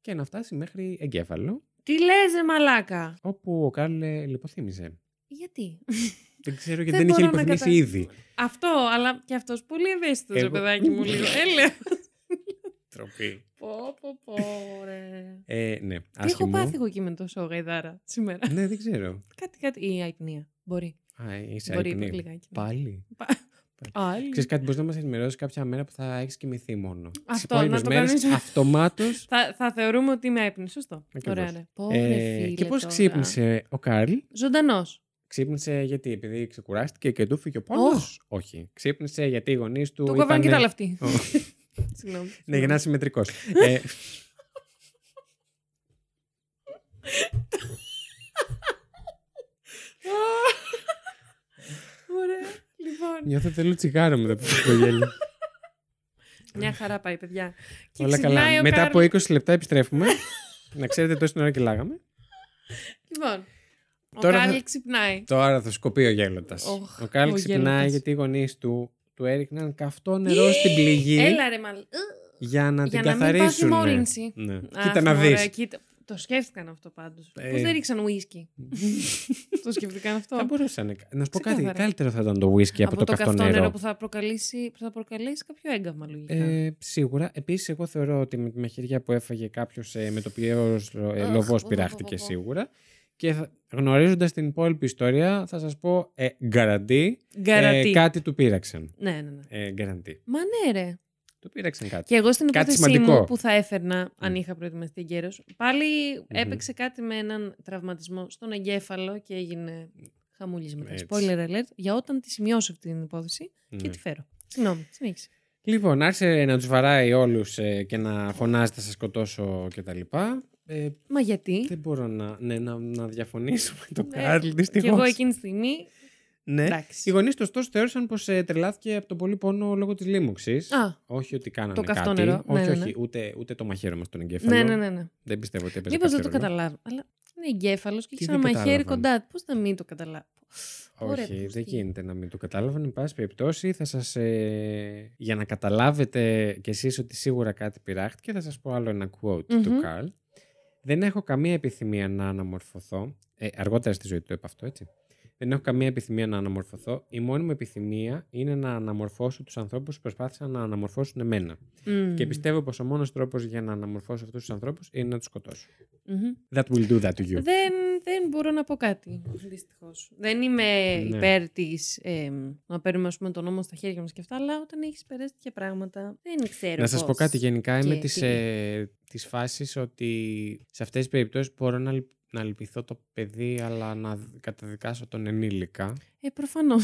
και να φτάσει μέχρι εγκέφαλο
Τι λες ρε μαλάκα.
όπου ο Καρλ ε, λιποθύμησε.
Γιατί.
Δεν ξέρω γιατί
Δεν
δεν, είχε
μπορώ να
λιποθυμήσει
κατα-
ήδη.
Αυτό, αλλά και αυτός πολύ ευαίσθητος, ρε
Εγώ-
παιδάκι μου, λίγο. Έλε.
Τροπή.
Πω, πω, πω, ρε.
Ε, ναι,
Τι έχω
άσχημο.
πάθει εγώ εκεί με τόσο γαϊδάρα σήμερα.
Ναι, δεν ξέρω.
κάτι, κάτι. Ή αϊπνία. Μπορεί.
Α, είσαι
Μπορεί,
αϊπνή.
υπάρχει λιγάκι. ναι.
Πάλι.
Άλλη.
Ξέρεις κάτι, μπορείς να μας ενημερώσεις κάποια μέρα που θα έχεις κοιμηθεί μόνο.
Αυτό, να το κανονίσουμε.
αυτομάτως.
Θα, θα θεωρούμε ότι είμαι αϊπνή. Σωστό.
Ακριβώς.
Ωραία, ναι. Πω, ρε,
Ε,
φίλε,
και πώς
τώρα.
ξύπνησε ο Κάρλ.
Ζωντανός.
Ξύπνησε γιατί, επειδή ξεκουράστηκε και του φύγε ο πόνο.
Ωχ.
Όχι. Ξύπνησε γιατί οι γονείς του.
Του κόβαν και τα
ήτανε-
λαυτή.
Ω.
Συγγνώμη.
Ναι, για να είσαι συμμετρικός. ε,
Ωραία. Λοιπόν.
νιώθω θέλω τσιγάρο μετά από το γέλιο.
Μια χαρά πάει, παιδιά. Και
Όλα
ξυπνάει
καλά.
ο
Μετά από
Κάρλος.
20 λεπτά επιστρέφουμε. να ξέρετε τόση ώρα και λάγαμε.
Λοιπόν. Ο
Τώρα θα-
Κάρλ ξυπνάει.
Τώρα θα σκοπεί ο γέλοντας.
Οχ,
ο Κάρλ
ο
ξυπνάει
γέλοντας. Ε,
γιατί οι γονείς του του έριχναν καυτό νερό στην πληγή
Έλα ρε μαλ.
για να
Για
την
να μην πάθει
καθαρίσουν.
μόλυνση.
Ναι.
Αχ,
Κοίτα να
μωρέ,
δεις.
κοίτα. Το σκέφτηκαν αυτό πάντως.
Ε.
Πώς δεν ρίξαν ουίσκι. το σκέφτηκαν αυτό.
Θα μπορούσαν. Να σου πω κάτι.
Ξεκάθαρα.
Καλύτερο θα ήταν το whisky από,
το, καυτό νερό.
νερό.
που θα προκαλέσει, που θα προκαλέσει κάποιο έγκαυμα λογικά.
Ε, σίγουρα. Επίσης, εγώ θεωρώ ότι με τη μαχαιριά που έφαγε κάποιος με το οποίο
Αχ,
λοβός
πω, πω,
πειράχτηκε
πω, πω.
σίγουρα. Και γνωρίζοντας την υπόλοιπη ιστορία, θα σας πω ε, guarantee, ε,
Γκαρατί.
κάτι του πήραξαν.
Ναι, ναι, ναι.
Ε, guarantee.
Μα ναι, ρε.
Του πήραξαν κάτι.
Και εγώ στην
Κάτι
υπόθεσή μου
σημαντικό.
που θα έφερνα, αν είχα προετοιμαστεί εγκαίρω, πάλι έπαιξε κάτι με έναν τραυματισμό στον εγκέφαλο και έγινε χαμούλισμα.
Έτσι.
Spoiler alert, για όταν τη σημειώσω αυτή την υπόθεση και
Ναι.
τη φέρω. Συγγνώμη, συνέχισε.
Λοιπόν, άρχισε να τους βαράει όλους και να φωνάζει θα σας σκοτώσω κτλ. Ε,
Μα γιατί.
δεν μπορώ να, ναι, να, να διαφωνήσω με τον
Ναι,
Κάρλ.
Και
δυστυχώς.
εγώ εκείνη τη στιγμή.
Ναι. Οι
Εντάξει.
γονείς του ωστόσο θεώρησαν πως τρελάθηκε από τον πολύ πόνο λόγω της λίμωξης.
Α,
Όχι ότι κάνανε
Το καυτό
κάτι.
νερό.
Όχι,
Ναι, ναι,
όχι.
ναι.
Ούτε, ούτε το μαχαίρωμα στον εγκέφαλο.
ναι, ναι, ναι. ναι.
Δεν πιστεύω ότι έπαιζε.
Μήπως δεν το
κάποιο ρόλο.
καταλάβω. Αλλά είναι εγκέφαλος και έχει
Τι
ένα
δεν
μαχαίρι
κατάλαβαν.
κοντά. Πώ θα μην το καταλάβω. Ωραία,
Όχι,
πώς
δεν
τι-
γίνεται να μην το κατάλαβαν. Εν πάση περιπτώσει, θα σας, ε, για να καταλάβετε κι εσείς ότι σίγουρα κάτι πειράχτηκε, θα σας πω άλλο ένα quote του
Μμμ.
Καρλ. Δεν έχω καμία επιθυμία να αναμορφωθώ. Ε, αργότερα στη ζωή του είπα αυτό, έτσι. Δεν έχω καμία επιθυμία να αναμορφωθώ. Η μόνη μου επιθυμία είναι να αναμορφώσω τους ανθρώπους που προσπάθησαν να αναμορφώσουν εμένα.
Μμμ.
Και πιστεύω πως ο μόνος τρόπος για να αναμορφώσω αυτούς τους ανθρώπους είναι να τους σκοτώσω.
Μμμ.
That will do that to you.
Δεν, δεν μπορώ να πω κάτι, δυστυχώς. Δεν είμαι
Ναι.
υπέρ της να παίρνουμε ας πούμε, τον νόμο στα χέρια μας και αυτά, αλλά όταν έχεις περάσει τέτοια πράγματα, δεν ξέρω.
Να σας πω
πώς.
κάτι γενικά, είμαι
και
της,
τι.
ε, της φάσης ότι σε αυτές τις περιπτώσεις μπορώ να, λυπ- να λυπηθώ το παιδί αλλά να δ- καταδικάσω τον ενήλικα.
Ε, προφανώς.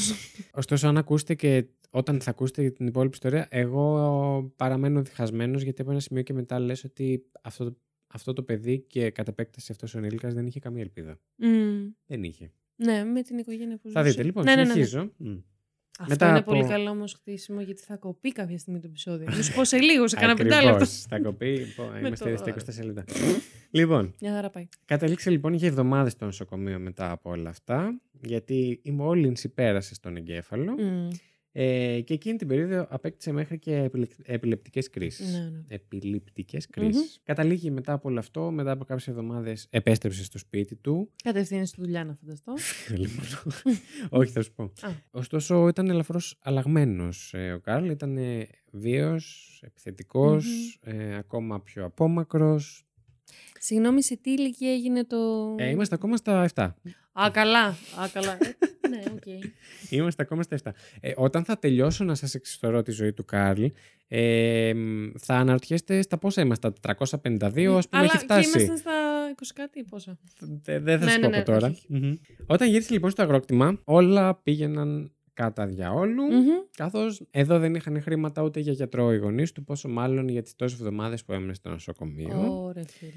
Ωστόσο αν ακούσετε και όταν θα ακούσετε την υπόλοιπη ιστορία, εγώ παραμένω διχασμένος γιατί από ένα σημείο και μετά λες ότι αυτό, το- αυτό το παιδί και κατ' επέκταση αυτός ο ενήλικας δεν είχε καμία ελπίδα. Δεν είχε.
ναι, με την οικογένεια που
Θα
ζούσε.
δείτε λοιπόν,
Ναι, ναι, ναι, ναι.
συνεχίζω. Μμ.
Αυτό
Μετά
είναι
από-
πολύ καλό όμως χτίσιμο γιατί θα κοπεί κάποια στιγμή το επεισόδιο. Θα σου πω σε λίγο, σε κανένα
Ακριβώς.
πεντάλεπτο.
Θα κοπεί. Πω,
Με
Είμαστε
το-
στα 20 σελίδα. λοιπόν,
Μια χαρά πάει.
Κατέληξε λοιπόν για εβδομάδες στο νοσοκομείο μετά από όλα αυτά, γιατί η μόλυνση πέρασε στον εγκέφαλο
Μμ,
ε, και εκείνη την περίοδο απέκτησε μέχρι και επιλεκ- επιλεπτικές κρίσεις.
ναι, ναι.
Επιληπτικές κρίσεις. Καταλήγει μετά από όλο αυτό, μετά από κάποιες εβδομάδες επέστρεψε στο σπίτι του.
Κατευθείαν στη δουλειά να φανταστώ.
Λοιπόν, Όχι, θα σου πω.
Α.
Ωστόσο, ήταν ελαφρώς αλλαγμένος ε, ο Καρλ. Ήταν ε, βίαιος, επιθετικός, ε, ακόμα πιο απόμακρος.
Συγγνώμη, σε τι ηλικία έγινε το.
Ε, είμαστε ακόμα στα 7.
Α, καλά. Α, καλά. Ε, ναι, οκ.
Είμαστε ακόμα στα 7. Ε, όταν θα τελειώσω να σας εξιστορώ τη ζωή του Κάρλ, ε, μ, θα αναρωτιέστε στα πόσα είμαστε, τα 352, ας πούμε,
Ναι, Αλλά
έχει φτάσει.
και ήμασταν στα 20 κάτι πόσα.
Δε- Δεν θα
Ναι,
σας
ναι,
πω
ναι,
από τώρα.
όχι,
Μμμ. Όταν γύρισε λοιπόν στο αγρόκτημα, όλα πήγαιναν κατά διαόλου,
Μμμ.
καθώς εδώ δεν είχαν χρήματα ούτε για γιατρό οι γονείς του, πόσο μάλλον για τις τόσες εβδομάδες που έμεινε στο νοσοκομείο.
Ωραία, φίλε.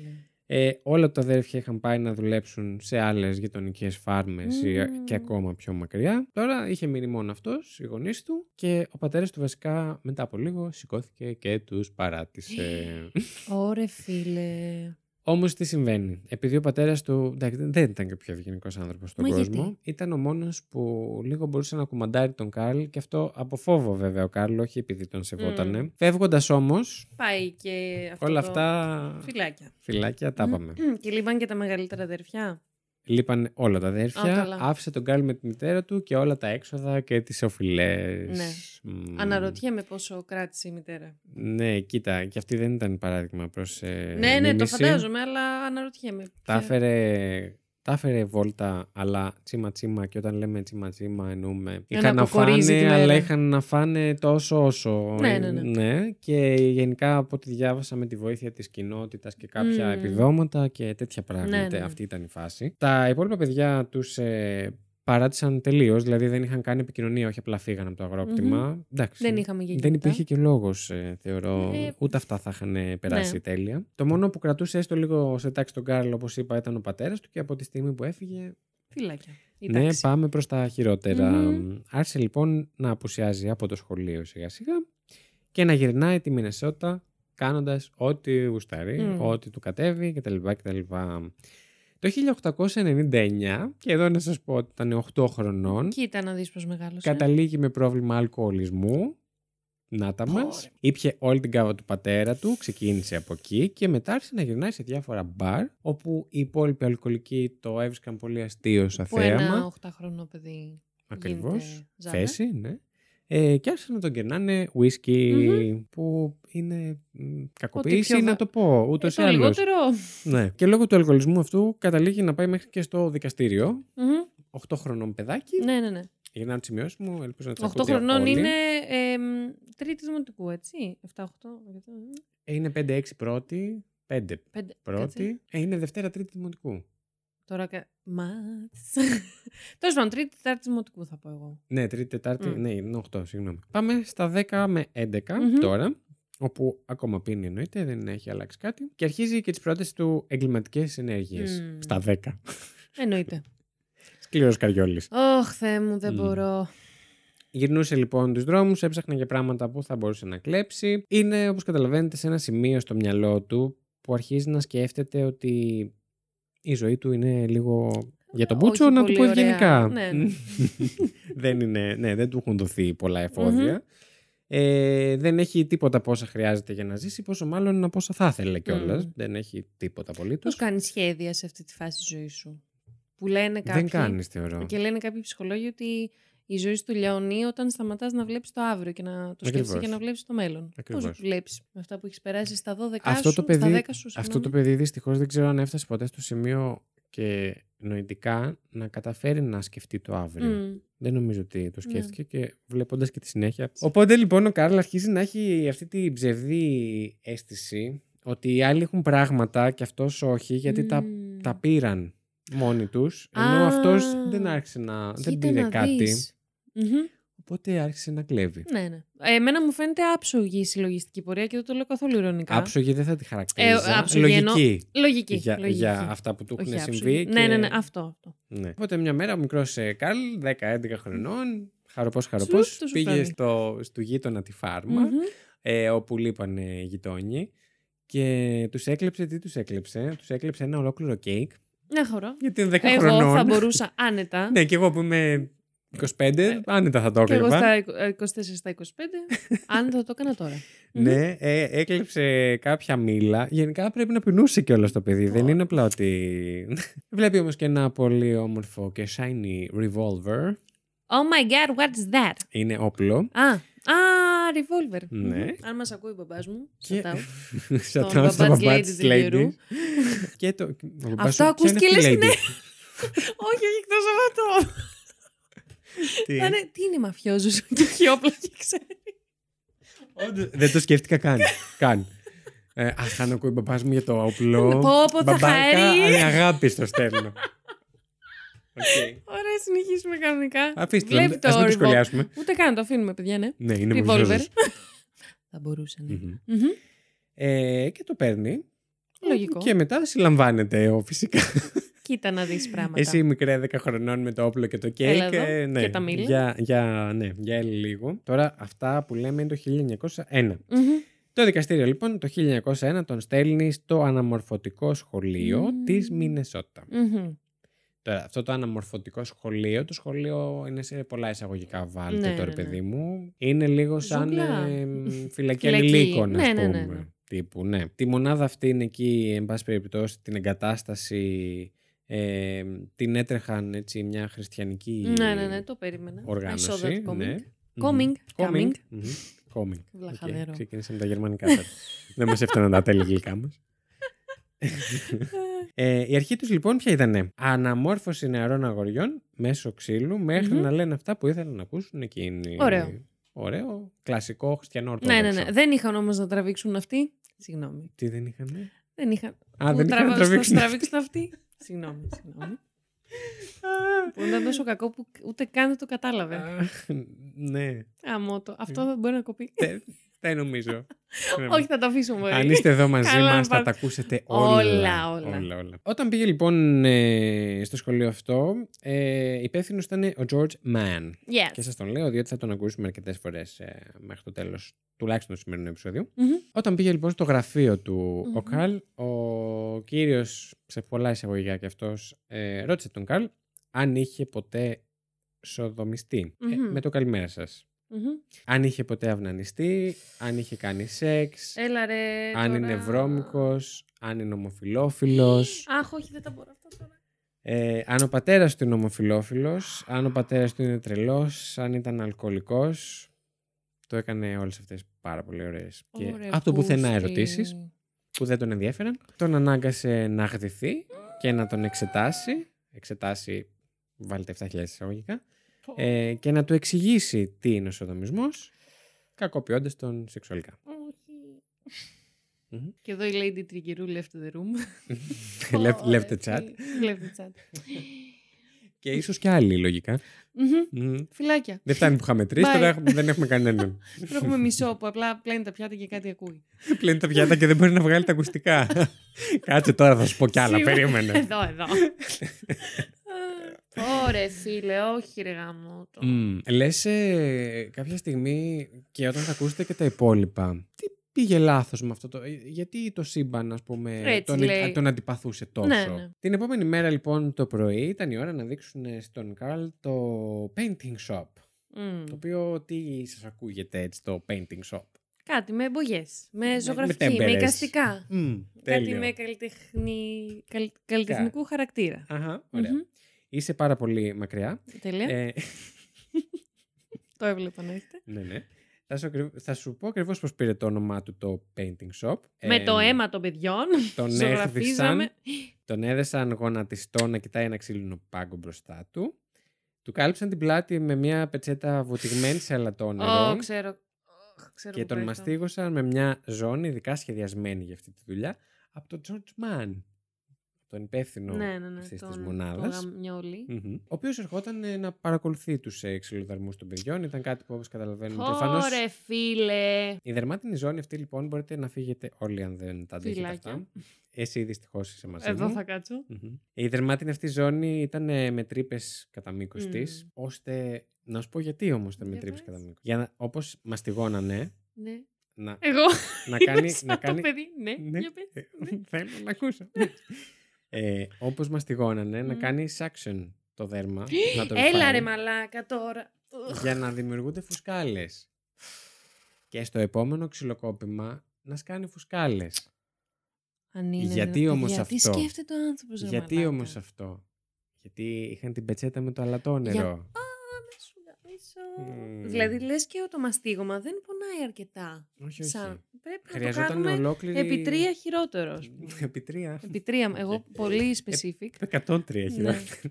Ε, όλα τα αδέρφια είχαν πάει να δουλέψουν σε άλλες γειτονικές φάρμες
Μμμ.
και ακόμα πιο μακριά. Τώρα είχε μείνει μόνο αυτός, οι γονείς του και ο πατέρας του βασικά μετά από λίγο σηκώθηκε και τους παράτησε.
Ωραία, φίλε.
Όμως τι συμβαίνει. Επειδή ο πατέρας του εντάξει, δεν- δεν ήταν και ο πιο ευγενικός άνθρωπος στον
Μα
κόσμο,
γιατί?
ήταν ο μόνος που λίγο μπορούσε να κουμαντάρει τον Καρλ και αυτό από φόβο βέβαια ο Καρλ, όχι επειδή τον σεβότανε.
Μμμ.
Φεύγοντας όμως,
Πάει και αυτό
όλα
το-
αυτά.
Φυλάκια.
Φυλάκια τα είπαμε.
Μμμ. Και λείπαν και τα μεγαλύτερα αδερφιά.
Λείπαν όλα τα
Α,
αδέρφια.
καλά.
άφησε τον Γκάλι με τη μητέρα του και όλα τα έξοδα και τις οφειλές.
Ναι. Αναρωτιέμαι πόσο κράτησε η μητέρα.
Ναι, κοίτα, και αυτή δεν ήταν παράδειγμα προς. Ε,
ναι, ναι, το
μίμηση.
φαντάζομαι, αλλά αναρωτιέμαι.
Τα
Ποια-
έφερε, τα έφερε βόλτα, αλλά τσίμα τσίμα. Και όταν λέμε τσίμα τσίμα, εννοούμε. Είχαν να
αποκορίζει
φάνε,
την
αλλά
αέρα.
είχαν να φάνε τόσο όσο.
Ναι, ναι, ναι.
Και γενικά από ό,τι διάβασα με τη βοήθεια της κοινότητας και κάποια
Μμμ.
επιδόματα και τέτοια πράγματα.
Ναι, ναι, ναι.
Αυτή ήταν η φάση. Τα υπόλοιπα παιδιά τους ε, παράτησαν τελείως. Δηλαδή δεν είχαν κάνει επικοινωνία, όχι απλά φύγαν από το αγρόκτημα. Εντάξει.
Δεν είχαμε γεγονότα.
Δεν υπήρχε και λόγος, θεωρώ.
Ε,
Ούτε αυτά θα είχαν περάσει
ναι.
τέλεια. Το μόνο που κρατούσε έστω λίγο σε τάξη τον Κάρλ, όπως είπα, ήταν ο πατέρας του και από τη στιγμή που έφυγε.
Φυλάκια. Η
Ναι,
τάξη.
πάμε προς τα χειροτερα
Μμμ.
Άρχισε λοιπόν να απουσιάζει από το σχολείο σιγά-σιγά και να γυρνάει τη Μινεσότα κάνοντας ό,τι γουσταρεί,
Μμ.
ό,τι του κατέβει κτλ. κτλ. Το 1899, και εδώ να σας πω ότι ήταν 8 χρονών,
Κοίτα να δεις πώς μεγάλωσε.
Καταλήγει με πρόβλημα αλκοολισμού. Να τα μα.
Ωραία.
Ήπια όλη την κάβα του πατέρα του, ξεκίνησε από εκεί και μετά άρχισε να γυρνάει σε διάφορα μπαρ, όπου οι υπόλοιποι αλκοολικοί το έβρισκαν πολύ αστείο σαν
Που ένα
θέαμα.
8χρονό παιδί.
Ακριβώ.
γίνεται ζάμπερ.
Θέση, ναι. Ε, και άρχισαν να τον κερνάνε whisky,
Μμμ.
που είναι μ, κακοποίηση,
πιο βα-
να το πω ούτως
Ε,
ή
το
άλλως.
λιγότερο.
Ναι. Και λόγω του αλκοολισμού αυτού καταλήγει να πάει μέχρι και στο δικαστήριο.
Μμμ.
8 χρονών παιδάκι.
Ναι, ναι, ναι.
Γυρνάω τι σημειώσει μου, ελπίζω να τι
8 χρονών είναι εμ, τρίτης δημοτικού, έτσι. 7-8.
Ε, Είναι 5-6 πρώτη, 5
Πέντε. Κάτσε.
πρώτη. Ε, είναι Δευτέρα Τρίτη Δημοτικού.
Τώρα. κα- Μάτς. Τέλος πάντων, τρίτη τετάρτη δημοτικού θα πω εγώ.
Ναι, Τρίτη Τετάρτη,
Μμ.
ναι, είναι 8, συγγνώμη. Πάμε στα 10 με 11
Μμμ.
τώρα, όπου ακόμα πίνει εννοείται, δεν έχει αλλάξει κάτι. Και αρχίζει και τις πρώτες του εγκληματικές ενέργειες.
Μμ.
Στα 10.
Εννοείται.
Σκληρός καριόλης.
Ωχ, Θεέ μου, δεν
Μμ.
μπορώ.
Γυρνούσε λοιπόν τους δρόμους, έψαχνε για πράγματα που θα μπορούσε να κλέψει. Είναι, όπως καταλαβαίνετε, σε ένα σημείο στο μυαλό του που αρχίζει να σκέφτεται ότι η ζωή του είναι λίγο. Για τον
Όχι
Μπούτσο, να του
πολύ
πω
ωραία.
ευγενικά.
Ναι, ναι.
δεν, είναι, ναι, δεν του έχουν δοθεί πολλά εφόδια. Ε, δεν έχει τίποτα πόσα χρειάζεται για να ζήσει, πόσο μάλλον από όσα θα ήθελε κιόλας.
Μμμ.
Δεν έχει τίποτα
Πώ
απολύτω.
κάνει σχέδια σε αυτή τη φάση της ζωής σου. Που λένε κάποιοι.
Δεν κάνεις, θεωρώ.
Και λένε κάποιοι ψυχολόγοι ότι η ζωή σου λιώνει όταν σταματάς να βλέπεις το αύριο και να το σκέφτεσαι
Ακριβώς.
και να βλέπεις το μέλλον. Πώς
Ακριβώς.
δουλέψει με αυτά που έχεις περάσει στα 12
Αυτό
σου,
το παιδί-
στα 10 σου.
Αυτό το
συγγνώμη.
παιδί δυστυχώς δεν ξέρω αν έφτασε ποτέ στο σημείο και νοητικά να καταφέρει να σκεφτεί το αύριο.
Μμ.
Δεν νομίζω ότι το
Ναι.
σκέφτηκε και βλέποντας και τη συνέχεια. Οπότε λοιπόν ο Κάρλ αρχίζει να έχει αυτή την ψευδή αίσθηση ότι οι άλλοι έχουν πράγματα και αυτός όχι, γιατί τα,
Μμ.
τα πήραν μόνοι τους. Ενώ
Α,
αυτός δεν άρχισε να. δεν
Κοίτα
πήρε
να
κάτι.
δεις. Μμμ.
Οπότε άρχισε να κλέβει.
Ναι, ναι. Εμένα μου φαίνεται άψογη η συλλογιστική πορεία και δεν το λέω καθόλου ηρωνικά.
Άψογη δεν θα τη χαρακτηρίζα.
Ε, άψογη εννοώ-
λογική.
Λογική.
Για,
λογική.
για αυτά που του
Όχι
έχουν
άψογη.
συμβεί.
Ναι,
και-
ναι, ναι, αυτό. αυτό.
Ναι. Οπότε μια μέρα ο μικρός Καρλ, 10-11 χρονών, χαροπός χαροπό,
Σλουπ του σου
πήγε
φέρνει.
στο, στο γείτονα τη φάρμα,
Μμμ.
ε, όπου λείπανε γειτόνιοι. Και τους έκλεψε, τι τους έκλεψε, τους έκλεψε ένα ολόκληρο κέικ,
Μια χαρά.
γιατί είναι 10
Εγώ
χρονών.
θα μπορούσα άνετα.
ναι, και εγώ που είμαι 25, άνετα θα το
Ε, Και εγώ
έκλεβα.
στα εικο- ε, 24 στα 25, αν δεν το έκανα τώρα.
Ναι, ε, έκλεψε κάποια μήλα. Γενικά πρέπει να πεινούσε κιόλας το παιδί. Δεν είναι απλά ότι. Βλέπει όμως και ένα πολύ όμορφο και shiny revolver.
Oh my god, what's that?
Είναι όπλο.
Α, α, revolver.
Ναι.
Μμμ. Αν μας ακούει ο μπαμπάς μου,
Και...
shout out.
Shout
Στον
out στον
μπαμπά της
μπαμπά
Lady
της
του
Lady.
Γερού.
Και το... ο μπαμπάς
Αυτό
σου,
ακούς
ποια είναι
και
αυτή η
λες, ναι.
Lady?
Όχι, όχι, εκτός από αυτό.
Τι?
Θα είναι- Ε, ναι, Τι είναι μαφιόζος και έχει όπλα και ξέρει.
Όντως, Δεν το σκέφτηκα καν. καν. Ε, αχ, αν ακούει ο μπαμπάς μου για το όπλο.
Πω, πω, θα
Μπαμπάκα,
χαρεί.
αλλά αγάπη στο στέλνω. Οκ.
Ωραία, συνεχίσουμε κανονικά.
Αφήστε,
Βλέπει
το, ας μην το
revolver.
σχολιάσουμε.
Ούτε καν το αφήνουμε, παιδιά, ναι.
Ναι, είναι
Revolver.
μορφιζός.
Θα μπορούσε, ναι.
Μμμ.
Μμμ.
Ε, και το παίρνει.
Λογικό.
Και μετά συλλαμβάνεται ο, φυσικά.
Κοίτα να δεις πράγματα.
Εσύ μικρέ 10 χρονών με το όπλο και το κέικ.
Έλα εδώ,
ε, ναι,
και τα μήλα.
Για, για, ναι, για έλα λίγο. Τώρα αυτά που λέμε είναι το 1901.
Μμμ.
Το δικαστήριο λοιπόν το 1901 τον στέλνει στο αναμορφωτικό σχολείο
Μμμ.
της Μινεσότα.
Μμμ.
Τώρα, αυτό το αναμορφωτικό σχολείο, το σχολείο είναι σε πολλά εισαγωγικά βάλτε
Ναι,
το ρε
ναι, ναι.
παιδί μου. Είναι λίγο σαν
Ζούγκλα.
ε, μ, φυλακή
Φυλακή.
ανηλίκων, ας
Ναι, ναι, ναι,
πούμε,
ναι.
Τύπου, ναι. Τη μονάδα αυτή είναι εκεί, εν πάση περιπτώσει, την εγκατάσταση Ε, την έτρεχαν έτσι μια χριστιανική
Ναι, ναι, ναι, το περίμενα.
οργάνωση.
I saw that coming.
ναι.
Coming,
Μμμ.
coming.
Μμμ. Coming.
Βλαχαδέρο.
Οκ, Ξεκίνησε με τα γερμανικά. τώρα. Δεν μας έφταναν τα τέλη γλυκά μας. Ε, η αρχή τους λοιπόν ποια ήταν Αναμόρφωση νεαρών αγοριών μέσω ξύλου μέχρι
Μμμ.
να λένε αυτά που ήθελαν να ακούσουν εκείνοι.
Ωραίο.
Ωραίο. Κλασικό χριστιανό
ναι,
ορθόδοξο.
ναι, ναι. Δεν είχαν όμως να τραβήξουν αυτοί. Συγγνώμη.
Τι δεν είχαν.
Δεν είχαν.
Α, δεν
Πού
είχαν να
τραβά-
τραβήξουν.
να τραβήξουν αυτοί. Συγγνώμη, συγγνώμη. που ήταν τόσο κακό που ούτε καν το κατάλαβε.
Αχ, Ναι.
Αμότο. Αυτό
Ε.
δεν μπορεί να κοπεί.
Δεν- Δεν νομίζω. Ναι.
Όχι, θα το αφήσουμε. μπορεί.
Ε, Αν είστε εδώ μαζί
Καλά,
μας θα
πάμε.
τα ακούσετε όλα.
Όλα, όλα.
όλα, όλα. Όταν πήγε λοιπόν ε, στο σχολείο αυτό, ε, υπεύθυνος ήταν ο George Mann.
Yes.
Και σας τον λέω διότι θα τον ακούσουμε αρκετές φορές ε, μέχρι το τέλος τουλάχιστον του σημερινού επεισόδιου.
Μμμ.
Όταν πήγε λοιπόν στο γραφείο του
Μμμ.
ο Καλ, ο κύριος σε πολλά εισαγωγικά και αυτός ε, ρώτησε τον Καλ αν είχε ποτέ σοδομιστεί Ε,
Μμμ.
με το καλημέρα σας.
Μμμ.
Αν είχε ποτέ αυνανιστεί, αν είχε κάνει σεξ,
Έλα ρε.
αν
Ε, τώρα.
είναι βρώμικος, αν είναι ομοφιλόφιλος,
Αχ, όχι, δεν τα μπορώ αυτά τώρα.
ε, αν ο πατέρας του είναι ομοφιλόφιλος, αν ο πατέρας του είναι τρελός, αν ήταν αλκοολικός. Το έκανε όλες αυτές πάρα πολύ ωραίες. Και
Ωραία,
από το πουθενά
πούστη.
ερωτήσεις που δεν τον ενδιαφέραν. Τον ανάγκασε να γδυθεί και να τον εξετάσει. Εξετάσει, βάλτε 7.000 εισαγωγικά.
Πω.
Ε, και να του εξηγήσει τι είναι ο σοδομισμός, κακοποιώντας τον σεξουαλικά.
Όχι.
Μμμ.
Και εδώ η Lady Triggerou left the room.
Left- left the chat.
Left the chat.
Και ίσως και άλλοι λογικά.
Μμμ.
Μμμ.
Φυλάκια.
Δεν φτάνει που είχαμε τρεις,
Bye.
τώρα έχουμε- δεν έχουμε κανέναν.
Τώρα έχουμε μισό που απλά πλένει τα πιάτα και κάτι ακούει.
Πλένει τα πιάτα και δεν μπορεί να βγάλει τα ακουστικά. Κάτσε τώρα, θα σου πω κι άλλα.
Σίγουρα.
Περίμενε.
Εδώ, εδώ. Ωρε φίλε, όχι ρε γάμο. το.
Μμ. Λες ε, κάποια στιγμή και όταν θα ακούσετε και τα υπόλοιπα. Τι πήγε λάθος με αυτό το. ε, Γιατί το σύμπαν, ας πούμε,
Έτσι
τον,
λέει.
τον αντιπαθούσε τόσο.
Ναι, ναι.
Την επόμενη μέρα, λοιπόν, το πρωί ήταν η ώρα να δείξουν στον Καρλ το painting shop.
Μμ.
Το οποίο τι σας ακούγεται έτσι το painting shop.
Κάτι με εμπογές, με
με
ζωγραφική, με
τέμπερες.
εικαστικά.
Μμ,
Κάτι
τέλειο.
με καλλιτεχνη... καλ- καλλιτεχνικού χαρακτήρα.
Αχα, ωραία.
Μμμ. Ναι.
Είσαι πάρα πολύ μακριά.
Τέλεια.
Ε,
Το έβλεπα να έχετε.
Ναι, ναι. Θα σου, ακριβ- θα σου πω ακριβώς πώς πήρε το όνομά του το painting shop.
Με
Ε,
το αίμα των παιδιών.
Τον
ζωγραφίζαμε.
έχθησαν, τον έδεσαν γονατιστό να κοιτάει ένα ξύλινο πάγκο μπροστά του. Του κάλυψαν την πλάτη με μια πετσέτα βουτυγμένη σε αλατό νερό
Ω, ξέρω. Ω, ξέρω
και
που
τον
πάει αυτό.
μαστίγωσαν με μια ζώνη ειδικά σχεδιασμένη για αυτή τη δουλειά από τον George Mann, τον υπεύθυνο
Ναι, ναι, ναι.
αυτής
τον-
της
τον
μονάδας.
γαμιόλι.
Μμμ. Ο οποίος ερχόταν ε, να παρακολουθεί τους ε, ξυλοδαρμούς των παιδιών. Ήταν κάτι που όπως καταλαβαίνουμε προφανώς.
Ωρε φίλε.
Η δερμάτινη ζώνη αυτή λοιπόν μπορείτε να φύγετε όλοι αν δεν τα αντέχετε
Φυλάκια.
αυτά. Εσύ δυστυχώς είσαι μαζί
Εδώ
μου.
θα κάτσω.
Μμμ. Η δερμάτινη αυτή ζώνη ήταν ε, με τρύπες κατά μήκος
Μμμ.
της, ώστε. Να σου πω γιατί όμως ήταν με
Για
τρύπες
πες.
κατά μήκος. Για να, όπως μαστιγώνανε,
Ναι.
να,
Εγώ.
να κάνει.
σαν
να
το
κάνει...
παιδί. Ναι,
Ναι.
για πες. ναι.
Θέλω να ακούσω. ε, όπως μαστιγώνανε, να
Μμ. κάνει
κάνει suction το δέρμα. να το
Έλα
ρουφάει,
ρε μαλάκα τώρα.
Για να δημιουργούνται φουσκάλες. Και στο επόμενο ξυλοκόπημα να σκάνει φουσκάλες.
Αν είναι
Γιατί
δυνατόν.
όμως
Γιατί
αυτό?
σκέφτεται ο άνθρωπος ρε
Γιατί
μαλάκα.
όμως αυτό. Γιατί είχαν την πετσέτα με το αλατό νερό.
Α, να σου γαμίσω.
Μμμ.
Δηλαδή λες και το μαστίγωμα δεν πονάει αρκετά.
Όχι, όχι.
Σαν... Πρέπει να το
Χρειαζόταν
κάνουμε
ολόκληρη.
επί τρία χειρότερος. ας πούμε.
Επί τρία.
επί τρία. Εγώ
Ε,
πολύ specific.
103
Ναι.
χιλιόμετρα.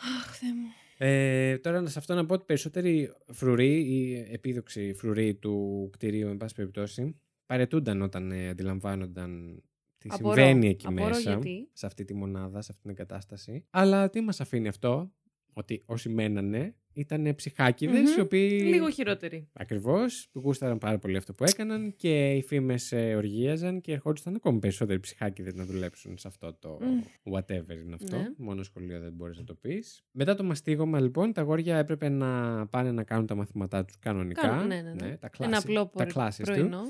Αχ, Θεέ μου.
Ε, τώρα σε αυτό να πω ότι περισσότεροι φρουροί ή επίδοξοι φρουροί του κτηρίου, εν πάση περιπτώσει, παρετούνταν όταν ε, αντιλαμβάνονταν τι
Απορώ.
συμβαίνει εκεί
Απορώ
μέσα,
γιατί.
σε αυτή τη μονάδα, σε αυτή την κατάσταση. Αλλά τι μας αφήνει αυτό, ότι όσοι μένανε ήταν ψυχάκιδες,
Μμμ.
οι οποίοι...
Λίγο χειρότερη.
Ακριβώ, που γούσταραν πάρα πολύ αυτό που έκαναν και οι φήμες οργίαζαν και ερχόντουσαν ακόμη περισσότεροι ψυχάκιδε να δουλέψουν σε αυτό το
Μμμ.
whatever είναι αυτό.
Ναι.
Μόνο σχολείο δεν μπορείς να το πεις. Μετά το μαστίγωμα, λοιπόν, τα αγόρια έπρεπε να πάνε να κάνουν τα μαθήματά τους κανονικά.
Κάνουν- ναι, ναι, ναι.
τα κλάσει,
Ένα απλό
τα
πορε-
classes του.
πρωινό.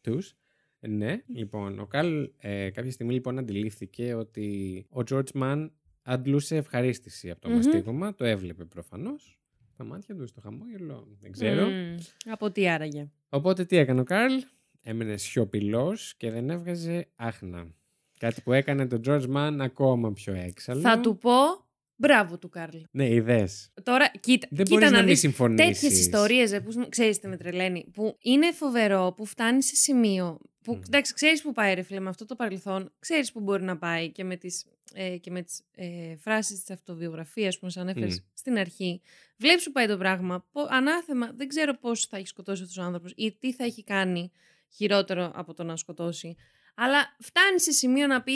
Τους. Ναι, λοιπόν, ο Καλ ε, κάποια στιγμή λοιπόν αντιλήφθηκε ότι ο George Mann αντλούσε ευχαρίστηση από το
Μμμ.
μαστίγωμα, το έβλεπε προφανώς. Τα μάτια του, στο χαμόγελο, δεν ξέρω.
Μμμ. Από τι άραγε.
Οπότε τι έκανε ο Καρλ, έμενε σιωπηλός και δεν έβγαζε άχνα. Κάτι που έκανε τον George Mann ακόμα πιο έξαλλο.
Θα του πω μπράβο του Κάρλ.
Ναι, ιδέες.
Τώρα, κοίτα,
Δεν
κοίτα
μπορείς
να
να μην
δεις
συμφωνήσεις.
τέτοιες ιστορίες ε, που ξέρεις τι με τρελαίνει. Που είναι φοβερό που φτάνει σε σημείο που
Μμμ.
εντάξει, ξέρεις που πάει ρε φίλε με αυτό το παρελθόν, ξέρεις που μπορεί να πάει και με τις ε, και με τις, ε, φράσεις της αυτοβιογραφίας που μας ανέφερες
Μμ.
στην αρχή. Βλέπεις που πάει το πράγμα. Πο, ανάθεμα, δεν ξέρω πώς θα έχει σκοτώσει αυτός ο άνθρωπος ή τι θα έχει κάνει χειρότερο από το να σκοτώσει. Αλλά φτάνει σε σημείο να πεις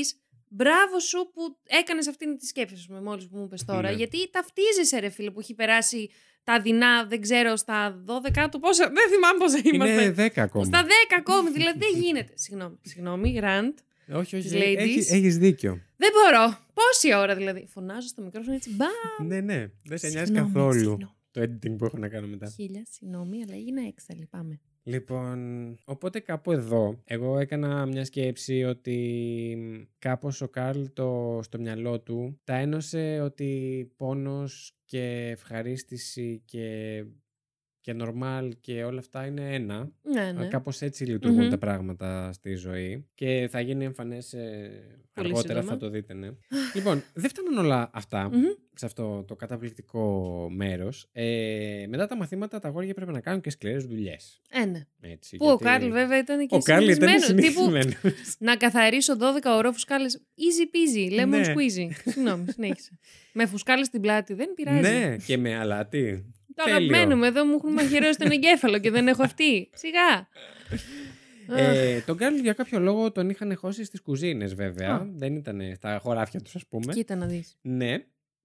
μπράβο σου που έκανες αυτήν τη σκέψη, ας πούμε, μόλις που μου είπες τώρα.
Ναι.
Γιατί ταυτίζεσαι, ρε φίλε, που έχει περάσει τα δεινά, δεν ξέρω, στα 12 του πόσα. Δεν θυμάμαι πόσα είμαστε.
Είναι 10 ακόμα.
Στα 10 ακόμη, δηλαδή δεν γίνεται. Συγγνώμη, συγγνώμη, Ραντ.
Όχι,
Τις
όχι.
ladies.
Έχεις, έχεις δίκιο.
Δεν μπορώ. Πόση ώρα δηλαδή. Φωνάζω στο μικρόφωνο έτσι. Μπα.
Ναι, ναι. Δεν σε νοιάζει
Συγγνώμη,
καθόλου Ναι.
συγγνώμη.
το editing που έχω να κάνω μετά.
Χίλια, συγγνώμη, αλλά έγινα έξαλλη. Πάμε.
Λοιπόν, οπότε κάπου εδώ, εγώ έκανα μια σκέψη ότι κάπως ο Καρλ το, στο μυαλό του τα ένωσε ότι πόνος και ευχαρίστηση και, και νορμάλ και όλα αυτά είναι ένα.
Ναι, ναι.
Κάπως έτσι λειτουργούν
Μμμ.
τα πράγματα στη ζωή και θα γίνει εμφανές ε,
Πολύ
αργότερα,
σύντομα.
θα το δείτε, ναι. λοιπόν, δεν φτάνουν όλα αυτά
Μμμ.
σε αυτό το καταπληκτικό μέρος. Ε, μετά τα μαθήματα τα αγόρια πρέπει να κάνουν και σκληρές δουλειές.
Ε, ναι.
Έτσι,
Που ο
γιατί-
Κάρλ βέβαια ήταν και
Ο Κάρλ ήταν
συνηθισμένος, Τύπου
συνηθισμένος.
να καθαρίσω 12 ωρό φουσκάλε. Easy peasy, lemon
Ναι.
squeezy. Συγγνώμη, συνέχισε. με φουσκάλες στην πλάτη, δεν πειράζει.
ναι, και με αλάτι.
Τώρα
τέλειο.
μένουμε εδώ, μου έχουν μαχαιρώσει τον εγκέφαλο και δεν έχω αυτή. Σιγά. Αχ,
ε, τον Κάρλ για κάποιο λόγο τον είχαν εχώσει στις κουζίνες βέβαια.
Α.
Δεν ήταν στα χωράφια τους, ας πούμε.
Κοίτα να δεις.
Ναι.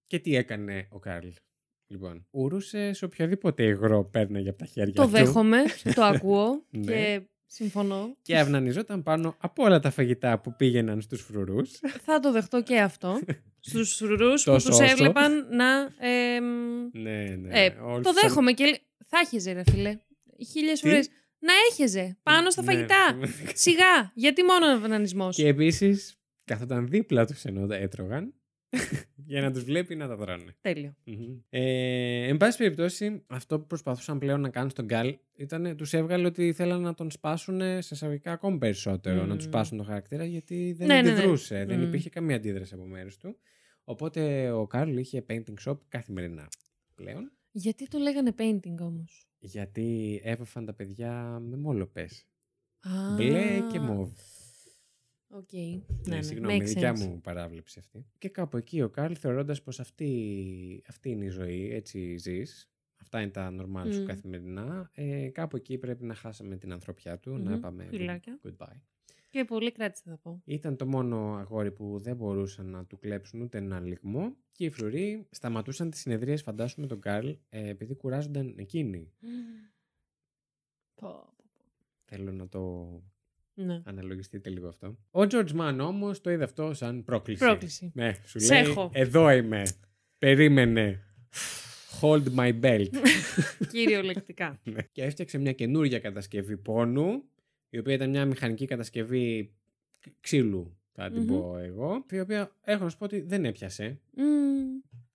Και τι έκανε ο Κάρλ. Λοιπόν, ούρουσε σε οποιοδήποτε υγρό παίρναγε από τα χέρια
Το
του.
δέχομαι, το ακούω
Ναι.
και συμφωνώ.
Και αυνανιζόταν πάνω από όλα τα φαγητά που πήγαιναν στους φρουρούς.
Θα το δεχτώ και αυτό. Στους φρουρούς που
Τόσο
τους
όσο.
έβλεπαν να... εμ,
ναι, ναι.
ε,
όλους
το
τους ανα-
δέχομαι και... Θα έχεζε ρε φίλε. Χίλιες
Τι?
φορές. Να έχεζε πάνω στα
Ναι.
φαγητά. Σιγά. Γιατί μόνο αυνανισμός.
και επίσης καθόταν δίπλα τους ενώ τα έτρωγαν για να τους βλέπει να τα τρώνε.
Τέλειο.
Μμμ. Ε, εν πάση περιπτώσει, αυτό που προσπαθούσαν πλέον να κάνουν στον Γκάλ ήταν τους έβγαλε ότι θέλαν να τον σπάσουν σε εισαγωγικά ακόμη περισσότερο. Να τους
Μμμ.
σπάσουν τον χαρακτήρα γιατί δεν
Ναι, ναι, ναι.
αντιδρούσε. Δεν
Μμμ.
υπήρχε καμία αντίδραση από μέρους του. Οπότε ο Κάρλ είχε painting shop καθημερινά πλέον.
Γιατί το λέγανε painting όμως.
Γιατί έβαφαν τα παιδιά με μόλοπες.
Α,
Μπλε και μόβ.
Οκ.
Ναι,
ναι,
συγγνώμη,
makes
δικιά
sense.
μου παράβλεψη αυτή. Και κάπου εκεί ο Καρλ, θεωρώντας πως αυτή, αυτή είναι η ζωή, έτσι ζεις, αυτά είναι τα normal σου
Μμμ.
καθημερινά, ε, κάπου εκεί πρέπει να χάσαμε την ανθρωπιά του, να
Μμμ,
πάμε.
φιλάκια.
Goodbye.
Και πολύ κράτησε θα πω.
Ήταν το μόνο αγόρι που δεν μπορούσαν να του κλέψουν ούτε ένα λιγμό και οι φρουροί σταματούσαν τις συνεδρίες φαντάσου με τον Καρλ ε, επειδή κουράζονταν εκείνοι.
Πω, πω.
Θέλω να το
Ναι.
αναλογιστείτε λίγο αυτό. Ο George Mann όμως το είδε αυτό σαν
Πρόκληση.
Ναι, σου
Σε
λέει,
έχω.
εδώ είμαι. Περίμενε. Hold my belt.
Κυριολεκτικά.
Ναι. και έφτιαξε μια καινούργια κατασκευή πόνου, η οποία ήταν μια μηχανική κατασκευή ξ- ξύλου, θα την
Μμμ.
πω εγώ, η οποία έχω να σου πω ότι δεν έπιασε.
Μμμ.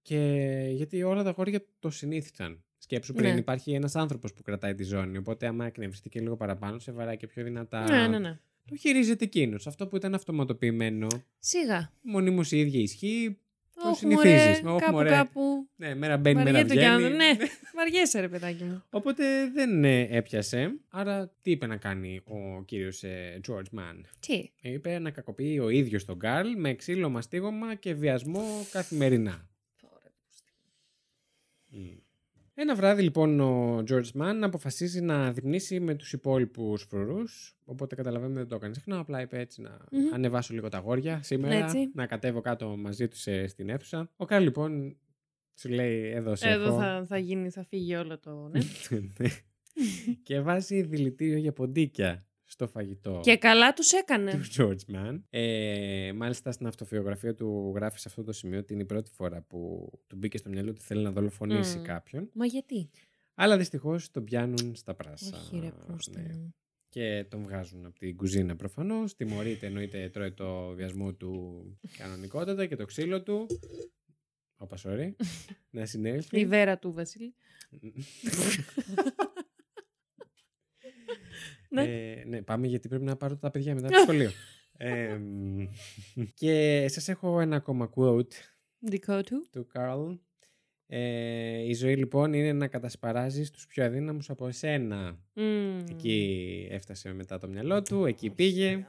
Και γιατί όλα τα χώρια το συνήθισαν. Σκέψου πριν
Ναι.
υπάρχει ένας άνθρωπος που κρατάει τη ζώνη, οπότε άμα εκνευριστεί και λίγο παραπάνω, σε βαράει και πιο δυνατά.
Ναι, ναι, ναι.
Το χειρίζεται εκείνος. Αυτό που ήταν αυτοματοποιημένο,
Σιγά.
μονίμως η ίδια ισχύει. Το
Όχι,
συνηθίζεις.
μωρέ,
Όχι,
κάπου,
μωρέ.
κάπου.
Ναι, μέρα μπαίνει, μέρα
Βαριέται κι αν.
βγαίνει.
Ναι, βαριέσαι, ρε παιδάκι μου.
Οπότε δεν ε, έπιασε. Άρα τι είπε να κάνει ο κύριος ε, George Mann.
Τι.
Είπε να κακοποιεί ο ίδιος τον Καρλ με ξύλο μαστίγωμα και βιασμό καθημερινά. Μμ. Ένα βράδυ λοιπόν ο George Mann αποφασίζει να δειπνήσει με τους υπόλοιπους φρουρούς. Οπότε καταλαβαίνουμε δεν το έκανε συχνά. Απλά είπε έτσι να
Μμμ.
ανεβάσω λίγο τα γόρια σήμερα.
Έτσι.
Να κατέβω κάτω μαζί τους ε, στην αίθουσα. Ο Καρλ λοιπόν σου λέει εδώ σε
Εδώ
έχω.
θα, θα γίνει, θα φύγει όλο το. Ναι.
Ναι. και βάζει δηλητήριο για ποντίκια στο φαγητό
και καλά τους έκανε.
του George Mann. Ε, μάλιστα στην αυτοβιογραφία του γράφει σε αυτό το σημείο ότι είναι η πρώτη φορά που του μπήκε στο μυαλό ότι θέλει να δολοφονήσει
Μμ.
κάποιον.
Μα γιατί.
Αλλά δυστυχώς τον πιάνουν στα πράσα.
Όχι, ρε,
Ναι.
Πούστη.
Και τον βγάζουν από την κουζίνα προφανώς. Τιμωρείται, εννοείται, τρώει το βιασμό του κανονικότατα και το ξύλο του. Όπα, sorry. να
Η
συνέλθει.
βέρα του Βασίλη. Ναι.
ναι, Ε, ναι, πάμε γιατί πρέπει να πάρω τα παιδιά μετά από το σχολείο. Εμ, και σας έχω ένα ακόμα quote
Δικό του.
του Carl. Ε, η ζωή λοιπόν είναι να κατασπαράζεις τους πιο αδύναμους από εσένα.
Μμμ.
Εκεί έφτασε μετά το μυαλό του, εκεί πήγε.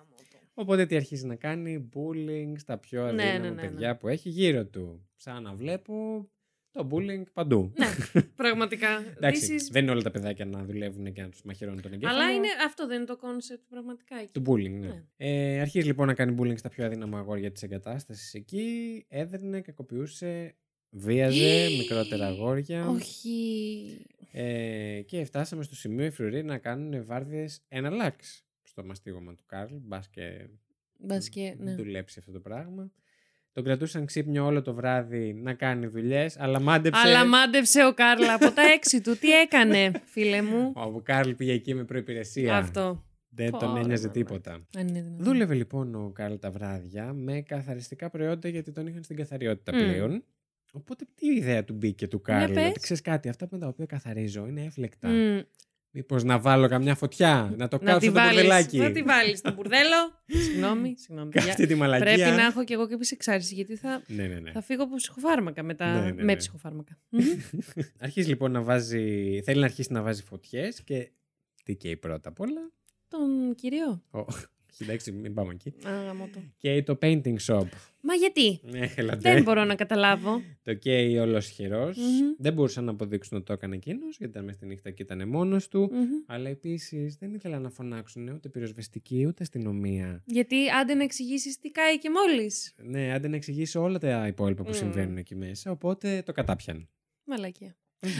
Οπότε τι αρχίζει να κάνει, bullying στα πιο
Ναι,
αδύναμα
ναι, ναι, ναι.
παιδιά που έχει γύρω του. Σαν να βλέπω το bullying παντού.
Πραγματικά.
Εντάξει,
This is-
δεν είναι όλα τα παιδάκια να δουλεύουν και να τους μαχαιρώνουν τον εγκέφαλο.
Αλλά είναι... αυτό δεν είναι το κόνσεπτ πραγματικά εκεί.
Του bullying, ναι.
Ναι.
Ε, αρχίζει λοιπόν να κάνει bullying στα πιο αδύναμα αγόρια της εγκατάστασης εκεί. Έδερνε, κακοποιούσε, βίαζε μικρότερα αγόρια.
Όχι.
Ε, και φτάσαμε στο σημείο οι φρουροί να κάνουν βάρδιες ένα λάξ στο μαστίγωμα του Κάρλ. Μπας και
Μπας και, ναι.
δουλέψει αυτό το πράγμα. Τον κρατούσαν ξύπνιο όλο το βράδυ να κάνει δουλειές, αλλά μάντεψε.
Αλλά μάντεψε ο Κάρλα από τα έξι του. Τι έκανε, φίλε μου.
Ο Κάρλ πήγε εκεί με προπηρεσία.
Αυτό.
Δεν τον
Πόρε,
ένοιαζε
μαλάκα.
τίποτα.
Αν είναι δυνατόν.
Δούλευε λοιπόν ο Κάρλ τα βράδια με καθαριστικά προϊόντα γιατί τον είχαν στην καθαριότητα
Μμμ.
πλέον. Οπότε τι ιδέα του μπήκε του Κάρλ.
πες.
ότι ξέρεις κάτι, αυτά με τα οποία καθαρίζω είναι έφλεκτα.
Μμ.
Μήπως να βάλω καμιά φωτιά, να το
Να
κάψω
τη
το
βάλεις,
μπουρδελάκι.
να τη βάλεις στο μπουρδέλο. Συγγνώμη, συγγνώμη. παιδιά.
Αυτή τη μαλακία.
Πρέπει να έχω και εγώ και εξάρτηση, γιατί θα,
Ναι, ναι, ναι.
θα φύγω από ψυχοφάρμακα μετά.
Ναι, ναι, ναι.
Με ψυχοφάρμακα.
Αρχίζει λοιπόν να βάζει, θέλει να αρχίσει να βάζει φωτιές και τι καίει πρώτα απ' όλα.
Τον κύριο.
Ο- Εντάξει, μην πάμε εκεί.
Α, γαμώ το.
Καίει το painting shop.
Μα γιατί.
Ναι, έλατε.
Δεν μπορώ να καταλάβω.
Το καίει όλος
Μμμ.
Δεν μπορούσαν να αποδείξουν ότι το έκανε εκείνος, γιατί ήταν μέσα στη νύχτα και ήταν μόνος του.
Μμμ.
Αλλά επίσης δεν ήθελαν να φωνάξουν ούτε πυροσβεστική ούτε αστυνομία.
Γιατί άντε να εξηγήσεις τι κάει και μόλις.
Ναι, άντε να εξηγήσει όλα τα υπόλοιπα που
Μμμ.
συμβαίνουν εκεί μέσα. Οπότε το κατάπιαν.
Μαλακία.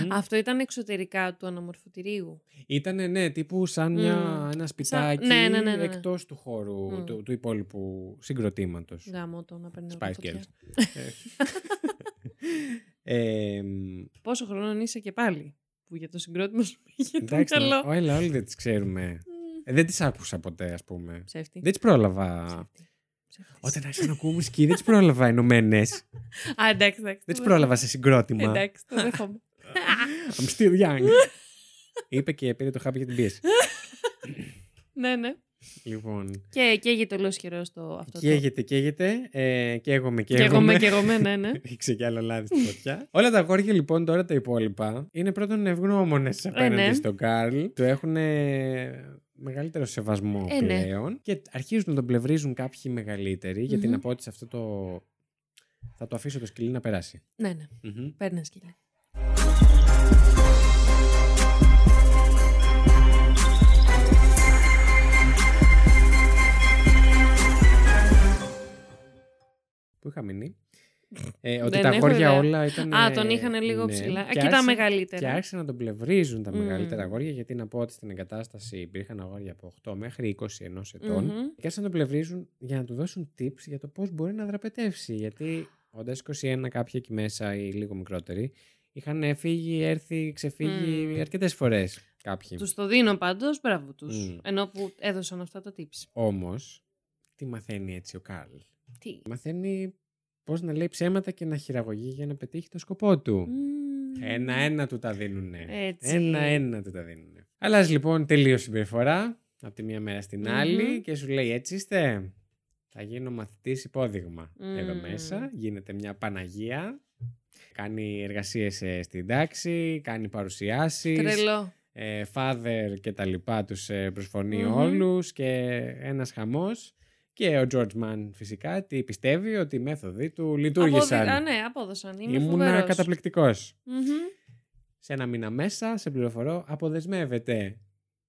Αυτό ήταν εξωτερικά του αναμορφωτηρίου.
Ήτανε, ναι, τύπου σαν μια,
Μμμ.
ένα σπιτάκι
ναι, ναι, ναι, ναι.
εκτός του χώρου,
Μμμ.
του, του υπόλοιπου συγκροτήματος.
Γάμο το να περνάω.
Spice
φωτιά.
Girls. ε, εμ,
Πόσο χρόνο είσαι και πάλι. Που για το συγκρότημα σου πήγε το
εντάξει, ναι,
καλό.
όλα, όλοι δεν τις ξέρουμε.
Μμ.
Ε, Δεν τις άκουσα ποτέ, ας πούμε.
Ψεύτη.
Δεν τις πρόλαβα.
Ψεύτη. Ψεύτης.
Όταν άρχισα να ακούω μουσική, δεν τις πρόλαβα ενωμένες.
Α, εντάξει, εντάξει.
δεν τις
το
πρόλαβα σε συγκρότημα.
δέχομαι. Εντάξει, το δέχομαι.
I'm still young. Είπε και πήρε το χάπι για την πίεση.
ναι, ναι.
λοιπόν.
Και καίγεται ολός χειρό το αυτό. το-
Καίγεται, καίγεται. Ε, καίγομαι,
Και εγώ με,
καίγομαι.
και εγώ με, ναι, ναι.
Ρίξε κι άλλο λάδι στη φωτιά. Όλα τα αγόρια λοιπόν τώρα τα υπόλοιπα είναι πρώτον ευγνώμονες απέναντι
ναι.
στον Καρλ. Του έχουν ε, μεγαλύτερο σεβασμό
Ε, ναι.
πλέον. Και αρχίζουν να τον πλευρίζουν κάποιοι μεγαλύτεροι, γιατί
Μμμ.
να πω ότι σε αυτό το. Θα το αφήσω το σκυλί να περασει
ναι, ναι. Παίρνε σκυλιά.
Που είχα μείνει. Ε, ότι
Δεν
τα
έχω
αγόρια
ιδέα.
όλα ήταν.
Α, τον είχαν λίγο
ναι,
ψηλά. Α,
και
Και τα
άρχισαν- Και
μεγαλύτερα.
άρχισαν να τον πλευρίζουν τα
Μμμ.
μεγαλύτερα αγόρια, γιατί να πω ότι στην εγκατάσταση υπήρχαν αγόρια από 8 μέχρι 21 ετών.
Μμμ.
Και άρχισαν να τον πλευρίζουν για να του δώσουν tips για το πώς μπορεί να δραπετεύσει. Γιατί όντας 21, κάποιοι εκεί μέσα ή λίγο μικρότεροι, είχαν φύγει, έρθει, ξεφύγει
Μμμ.
αρκετές φορές κάποιοι.
Τους το δίνω πάντως, μπράβο τους.
Μμ.
Ενώ που έδωσαν αυτά τα tips.
Όμως, τι μαθαίνει έτσι ο Καρλ.
Τι.
Μαθαίνει πώς να λέει ψέματα και να χειραγωγεί για να πετύχει το σκοπό του.
Μμμ.
Ένα-ένα του τα δίνουνε.
Έτσι.
Ένα-ένα του τα δίνουνε. Αλλάζεις λοιπόν τελείως συμπεριφορά από τη μία μέρα στην
Μμμ.
άλλη και σου λέει έτσι είστε. Θα γίνω μαθητής υπόδειγμα εδώ
Μμμ.
μέσα. Γίνεται μια Παναγία. Κάνει εργασίες στην τάξη, κάνει παρουσιάσεις.
Τρελό.
Ε, father και τα λοιπά τους ε, προσφωνεί
Μμμ.
όλους και ένας χαμός. Και ο George Mann φυσικά τι πιστεύει ότι οι μέθοδοι του λειτουργήσαν.
Απόδει- Α, ναι, απόδωσαν. Είμαι
Ήμουνα
φοβερός.
καταπληκτικός.
Μμμ.
Σε ένα μήνα μέσα, σε πληροφορώ, αποδεσμεύεται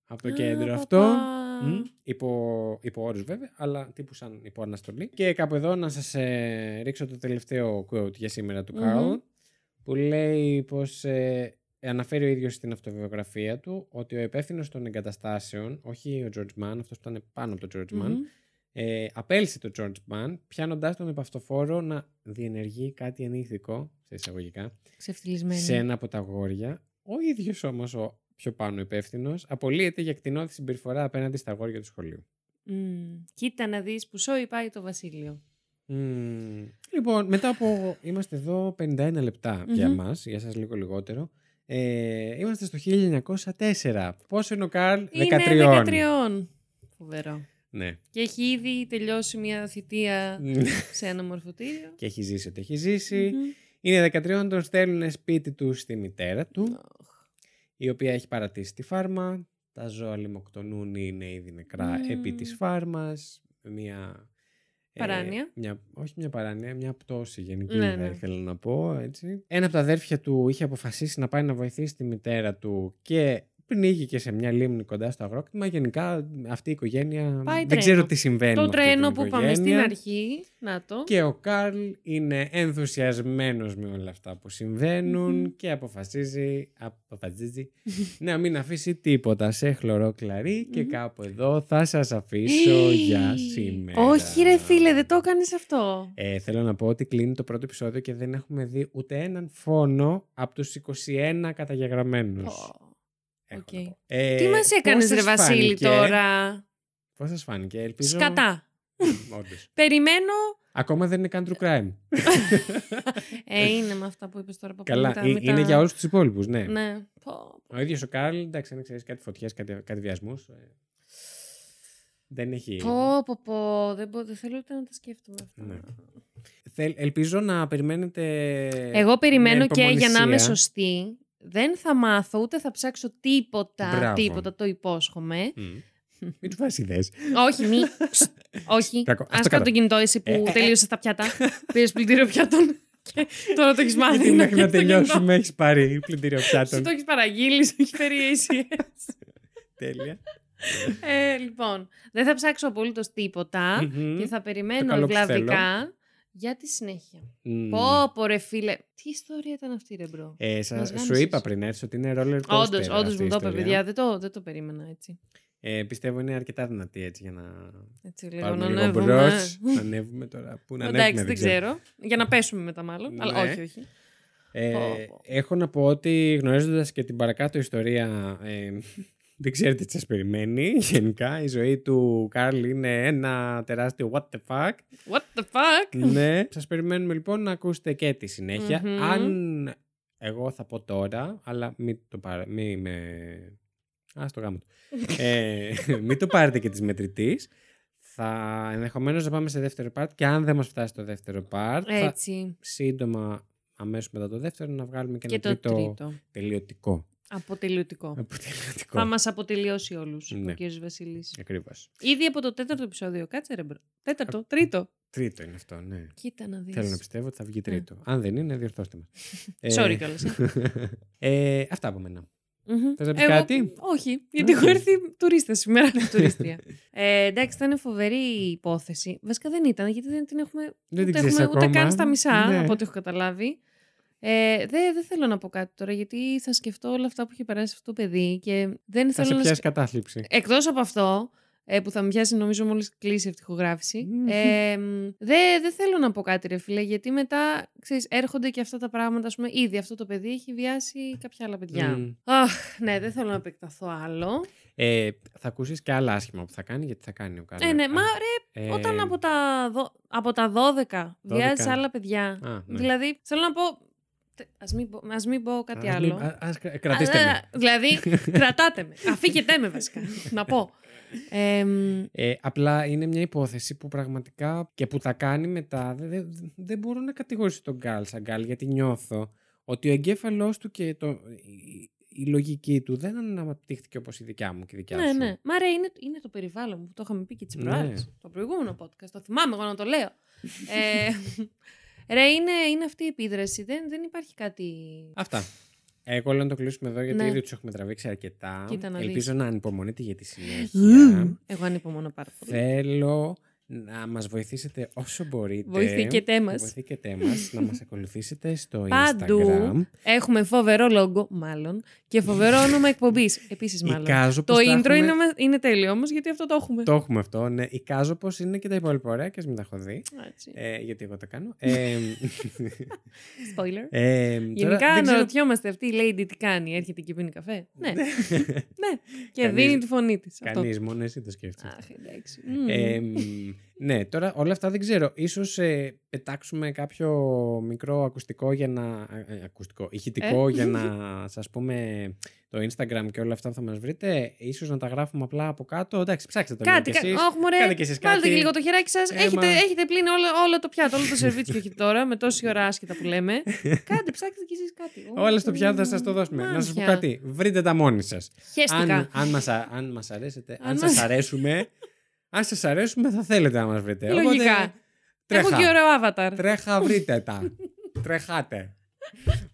από το
Α,
κέντρο
παπα.
αυτό. Μμ, Υπό, υπό όρους βέβαια, αλλά τύπου σαν υπό αναστολή. Και κάπου εδώ να σας ε, ρίξω το τελευταίο quote για σήμερα του
Μμμ.
Καρλ, που λέει πως ε, αναφέρει ο ίδιος στην αυτοβιογραφία του ότι ο υπεύθυνος των εγκαταστάσεων, όχι ο George Mann, αυτός που ήταν πάνω από τον George Mann,
Μμμ.
ε, απέλυσε τον George Mann, πιάνοντάς τον επαυτοφόρο να διενεργεί κάτι ενήθικο, σε εισαγωγικά,
Ξεφτυλισμένη.
σε ένα από τα αγόρια. Ο ίδιος όμως ο πιο πάνω υπεύθυνος απολύεται για κτηνόδη συμπεριφορά απέναντι στα αγόρια του σχολείου.
Μμμ. Κοίτα να δεις που σόι πάει το βασίλειο.
Μμμ. Λοιπόν, μετά από. Είμαστε εδώ 51 λεπτα για
Μμμ.
μας, για σας λίγο λιγότερο. Ε, είμαστε στο 1904. Πόσο είναι ο Καρλ?
Είναι 13. Φοβερό.
Ναι.
Και έχει ήδη τελειώσει μια θητεία σε ένα μορφωτήριο.
και έχει ζήσει ό,τι έχει ζήσει.
Μμμ.
Είναι 13, τον στέλνουν σπίτι του στη μητέρα του,
Αχ.
η οποία έχει παρατήσει τη φάρμα. Τα ζώα λιμοκτονούν ή είναι ήδη νεκρά
Μμμ.
επί της φάρμας. Μια... ε,
Παράνοια.
μια, όχι μια παράνοια, μια πτώση γενική
Ναι,
θα
ναι.
ήθελα να πω. Έτσι. Ένα από τα αδέρφια του είχε αποφασίσει να πάει να βοηθήσει τη μητέρα του και πνίγηκε σε μια λίμνη κοντά στο αγρόκτημα. Γενικά αυτή η οικογένεια
Πάει
δεν
τρένο.
ξέρω τι συμβαίνει. με
Το
αυτή την
τρένο που πάμε στην
οικογένεια.
αρχή. Να το.
Και ο Καρλ είναι ενθουσιασμένος με όλα αυτά που συμβαινουν
Μμμ.
και αποφασίζει, αποφασίζει να μην αφήσει τίποτα σε χλωρό κλαρί και
Μμμ.
κάπου εδώ θα σας αφήσω για
Ε,
σήμερα.
Όχι, ρε φίλε, δεν το έκανες αυτό.
Ε, θέλω να πω ότι κλείνει το πρώτο επεισόδιο και δεν έχουμε δει ούτε έναν φόνο από τους 21 καταγεγραμμένους.
Πω.
Έχω να
οκ.
πω. Ε,
Τι μας
πώς
έκανες,
σας
Ρε Βασίλη,
φάνηκε?
τώρα.
Πώς σας φάνηκε, ελπίζω...
Σκατά.
Όντως.
Περιμένω.
Ακόμα δεν είναι καν true crime.
Ε, είναι με αυτά που είπες τώρα. Παππού,
Καλά,
μετά-
ε,
μετά-
είναι για όλους τους υπόλοιπους, ναι.
Ναι. Πω,
Ο ίδιος ο Καρλ, εντάξει, αν ξέρεις κάτι φωτιές, κάτι, κάτι βιασμούς. δεν έχει.
πω, πω, πω. Δεν, μπο- δεν θέλω ούτε να τα σκέφτομαι αυτά.
Ε. Ναι. Θέλ, ελπίζω να περιμένετε.
Εγώ περιμένω
με
και για να είμαι
Ε, υπομονησία.
σωστή. Δεν θα μάθω ούτε θα ψάξω τίποτα.
Μπράβο.
Τίποτα, το υπόσχομαι.
Μμ. Μην του βάζεις ιδέες.
Όχι, μη. Ψ, Όχι.
Κακό.
Ας
Αυτό
κάτω το
κάτω.
κινητό, εσύ που
Ε, ε, ε.
τελείωσες τα πιάτα. Πήρες πλυντήριο πιάτων. Και τώρα το έχεις μάθει.
Γιατί μέχρι να
έχεις το κινητό.
τελειώσουμε, έχεις πάρει πλυντήριο
Σου
πιάτων.
το έχεις παραγγείλει, σου έχει φέρει ACS.
Τέλεια.
ε, λοιπόν, δεν θα ψάξω απολύτως τίποτα
Μμμ.
και θα
Το
περιμένω
καλό που
ευλαβικά για τη συνέχεια.
Μμ.
Πω, πω, ρε φίλε. Τι ιστορία ήταν αυτή, ρε μπρο.
Ε, σα-
Μας
σου
γάμισες.
είπα πριν έρθει ότι είναι roller coaster.
Όντως, όντω
αυτή η
μου το είπε,
ιστορία.
παιδιά. Δεν το, δεν το περίμενα έτσι.
Ε, πιστεύω είναι αρκετά δυνατή έτσι για να
Έτσι λίγο να
πάρουμε λίγο
ανέβουμε.
μπρος. Να ανέβουμε τώρα. Πού να ανέβουμε,
Εντάξει, δεν ξέρω. Για να πέσουμε μετά, μάλλον. Αλλά
Ναι.
όχι, όχι.
Ε,
Πω, πω.
Έχω να πω ότι γνωρίζοντας και την παρακάτω ιστορία ε, δεν ξέρετε τι σας περιμένει γενικά. Η ζωή του Κάρλ είναι ένα τεράστιο what the fuck.
What the fuck?
ναι. Σας περιμένουμε λοιπόν να ακούσετε και τη συνέχεια.
Μμμ.
Αν εγώ θα πω τώρα, αλλά μην το πάρε, μη με... Α, στο γάμο του. ε, μην το πάρετε και της μετρητής. Θα ενδεχομένως να πάμε σε δεύτερο part και αν δεν μας φτάσει το δεύτερο part θα,
Έτσι.
σύντομα αμέσως μετά το δεύτερο να βγάλουμε και,
Και
ένα
το
τρίτο,
τρίτο.
τελειωτικό.
Αποτελειωτικό.
Αποτελειωτικό.
Θα μας αποτελειώσει όλους
Ναι.
ο κύριος Βασιλής.
Ακριβώς.
Ήδη από το τέταρτο επεισόδιο, κάτσε ρε μπρο. Τέταρτο, τρίτο.
Τρίτο είναι αυτό, ναι.
Κοίτα να δεις.
Θέλω να πιστεύω ότι θα βγει τρίτο. Αν δεν είναι, διορθώστε μας. Ε,
Ναι. Sorry κιόλας, ε.
ε, αυτά από μένα.
Μμμ.
Θες να πεις
Εγώ-
κάτι?
Όχι, γιατί
Όχι.
έχω έρθει τουρίστα σήμερα. τουρίστρια. Ε, εντάξει, ήταν φοβερή η υπόθεση. Βασικά δεν ήταν, γιατί δεν την έχουμε.
Δεν την
ούτε
ξέρεις
έχουμε ούτε
ακόμα.
καν στα μισά,
Ναι.
από ό,τι έχω καταλάβει. Ε, δεν δεν θέλω να πω κάτι τώρα, γιατί θα σκεφτώ όλα αυτά που είχε περάσει αυτό το παιδί και δεν
Θα σε
θέλω να.
πιάσει κατάθλιψη.
Εκτός από αυτό, ε, που θα με πιάσει νομίζω μόλις κλείσει η ευτυχογράφηση.
Μμμ.
ε, μ, δεν δεν θέλω να πω κάτι, ρε φίλε, γιατί μετά ξέρεις, έρχονται και αυτά τα πράγματα. Ας πούμε, ήδη αυτό το παιδί έχει βιάσει κάποια άλλα παιδιά.
Μμ.
Αχ, ναι, δεν θέλω να επεκταθώ άλλο.
Ε, θα ακούσεις και άλλα άσχημα που θα κάνει, γιατί θα κάνει ο Κάρλ.
Ε, ναι, μα ρε,
Ε,
όταν από τα, δο- από τα 12 βιάζει
12.
άλλα παιδιά.
Α, ναι.
Δηλαδή, θέλω να πω. τε- Ας μην, πω- ας μην πω κάτι
Ας μην-
άλλο.
α- Ας κρα- κρατήστε
Α,
με.
Δηλαδή, κρατάτε με. Αφήκετε με, βασικά. να πω. Ε, μ,
Ε, απλά είναι μια υπόθεση που πραγματικά και που τα κάνει μετά. δε- δε- Δεν μπορώ να κατηγορήσω τον Γκάλ σαν Γκάλ γιατί νιώθω ότι ο εγκέφαλός του και το, η, η λογική του δεν αναπτύχθηκε όπως η δικιά μου και η δικιά
ναι,
σου.
ναι. Μα ρε, είναι, είναι το περιβάλλον μου που το είχαμε πει και τις
Ναι.
προάλλες. Το προηγούμενο podcast. Το θυμάμαι εγώ να το λέω. ε, ρε, είναι, είναι αυτή η επίδραση. Δεν, δεν υπάρχει κάτι.
Αυτά. Εγώ λέω να το κλείσουμε εδώ γιατί
Ναι.
ήδη τους έχουμε τραβήξει αρκετά.
Κοίτα να
Ελπίζω
δεις.
να ανυπομονείτε για τη
Μμμ.
συνέχεια.
Εγώ ανυπομονώ πάρα πολύ.
Θέλω να μας βοηθήσετε όσο μπορείτε.
Βοηθήκετε μας.
Βοηθήκετε μας να μας ακολουθήσετε στο
Παντού.
Instagram.
Έχουμε φοβερό λόγο, μάλλον, και φοβερό όνομα εκπομπής. Επίσης, μάλλον.
Εικάζω
Το
πως θα
intro
έχουμε-
είναι, μα- είναι τέλειο όμως, γιατί αυτό το έχουμε.
Το έχουμε αυτό, ναι. Εικάζω πω είναι και τα υπόλοιπα ωραία και ας μην τα έχω δει.
Έτσι.
Ε, γιατί εγώ τα κάνω.
Ναι.
Ε,
Spoiler.
ε, τώρα
Γενικά
δεν ξέρω-
αναρωτιόμαστε αυτή η lady τι κάνει. Έρχεται και πίνει καφέ. Ναι, και
Κανείς-
δίνει τη φωνή της.
Κανείς, μόνο εσύ το σκέφτεσαι.
Αχ, εντάξει. Μμμ.
Ε, μ, ναι, τώρα όλα αυτά δεν ξέρω. Ίσως ε, πετάξουμε κάποιο μικρό ακουστικό για να... ε, ακουστικό, ηχητικό
Ε.
για να σας πούμε το Instagram και όλα αυτά που θα μας βρείτε. Ίσως να τα γράφουμε απλά από κάτω. Εντάξει, ψάξτε το λίγο
Κάτι,
κι
κα...
εσείς.
Όχι, μωρέ.
Κάντε κι εσείς
Βάλτε
κάτι.
και λίγο το χεράκι σας.
Ε,
Έχετε,
μα-
έχετε πλύνει όλο, όλο το πιάτο, όλο το σερβίτσιο έχει τώρα, με τόση ώρα άσχετα που λέμε. Κάντε, ψάξτε κι εσείς κάτι.
Όλα στο πιάτο θα σας το δώσουμε. Να σας πω
Μάτια.
κάτι. Βρείτε τα μόνοι σας.
Χαίστηκα.
Αν, αν, μας, α- αν μας αρέσετε, αν,
Αν
σας
μας-
αρέσουμε, αν σας αρέσουμε θα θέλετε να μας βρείτε. Οπότε,
Λογικά. Έχω
τρέχα.
και ωραίο avatar.
Τρέχα βρείτε τα. Τρεχάτε.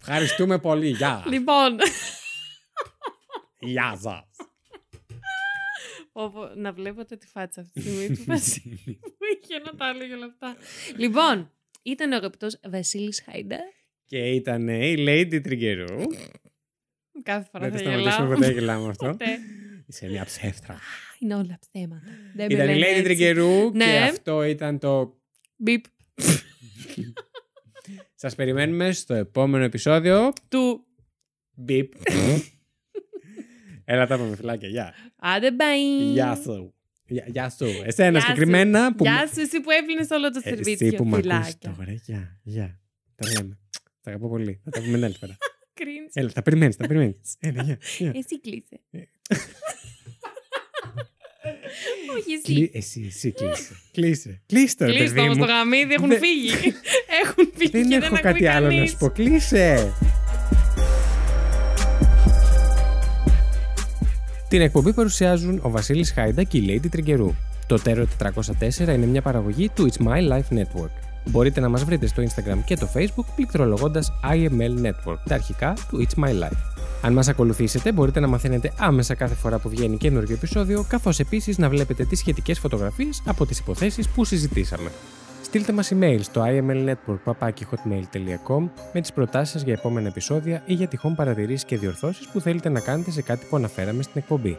Ευχαριστούμε πολύ. Γεια.
Λοιπόν,
Γεια σας.
όπου- να βλέπετε τη φάτσα αυτή τη στιγμή του Βασίλη που είχε να τα έλεγε όλα αυτά. Λοιπόν, ήταν ο αγαπητός Βασίλης Χάιντα.
Και ήταν η Lady Τριγκερού.
Κάθε φορά
Δεν
θα
θα σταματήσουμε
γελάω. Ναι.
ποτέ να γελάμε αυτό.
Ποτέ.
Είσαι μια ψεύτρα.
Είναι όλα ψέματα. Δεν Ε, με
Ήταν η
λένε
Lady
έτσι.
Τριγκερού και
Ναι.
αυτό ήταν το...
Μπιπ
Σας περιμένουμε στο επόμενο επεισόδιο.
του.
Μπιπ. Έλα τα πάμε φιλάκια. Γεια.
Άντε μπαΐ.
Γεια σου. Γεια- Γεια σου. Εσένα
Γεια σου.
συγκεκριμένα που...
Γεια σου, εσύ που έπλυνε όλο το
Ε,
σερβίτσιο.
Εσύ που με ακούς
Φιλάκια.
τώρα. Γεια. Γεια. Τα λέμε. Τα αγαπώ πολύ. Θα τα πούμε την άλλη φορά.
Cringe.
Έλα, θα περιμένεις, θα περιμένεις. Έλα, γεια, γεια.
Εσύ κλείσε.
Ε.
Όχι εσύ.
Κλεί- Εσύ, εσύ κλείσε. Κλείσε. Κλείστε, ρε
Κλείστε
παιδί
όμως το
μου.
γαμίδι, έχουν
Δεν-
φύγει. Έχουν φύγει
Δεν
και
έχω
δεν
κάτι
ακούει
άλλο να
κανείς.
σου πω. Κλείσε. Την εκπομπή παρουσιάζουν ο Βασίλης Χάιντα και η Lady Τριγκερού. Το Τέρο 404 είναι μια παραγωγή του It's My Life Network. Μπορείτε να μας βρείτε στο Instagram και το Facebook πληκτρολογώντας IML Network, τα αρχικά του It's My Life. Αν μας ακολουθήσετε, μπορείτε να μαθαίνετε άμεσα κάθε φορά που βγαίνει καινούργιο επεισόδιο, καθώς επίσης να βλέπετε τις σχετικές φωτογραφίες από τις υποθέσεις που συζητήσαμε. Στείλτε μας email στο imlnetwork.hotmail.com με τις προτάσεις σας για επόμενα επεισόδια ή για τυχόν παρατηρήσεις και διορθώσεις που θέλετε να κάνετε σε κάτι που αναφέραμε στην εκπομπή.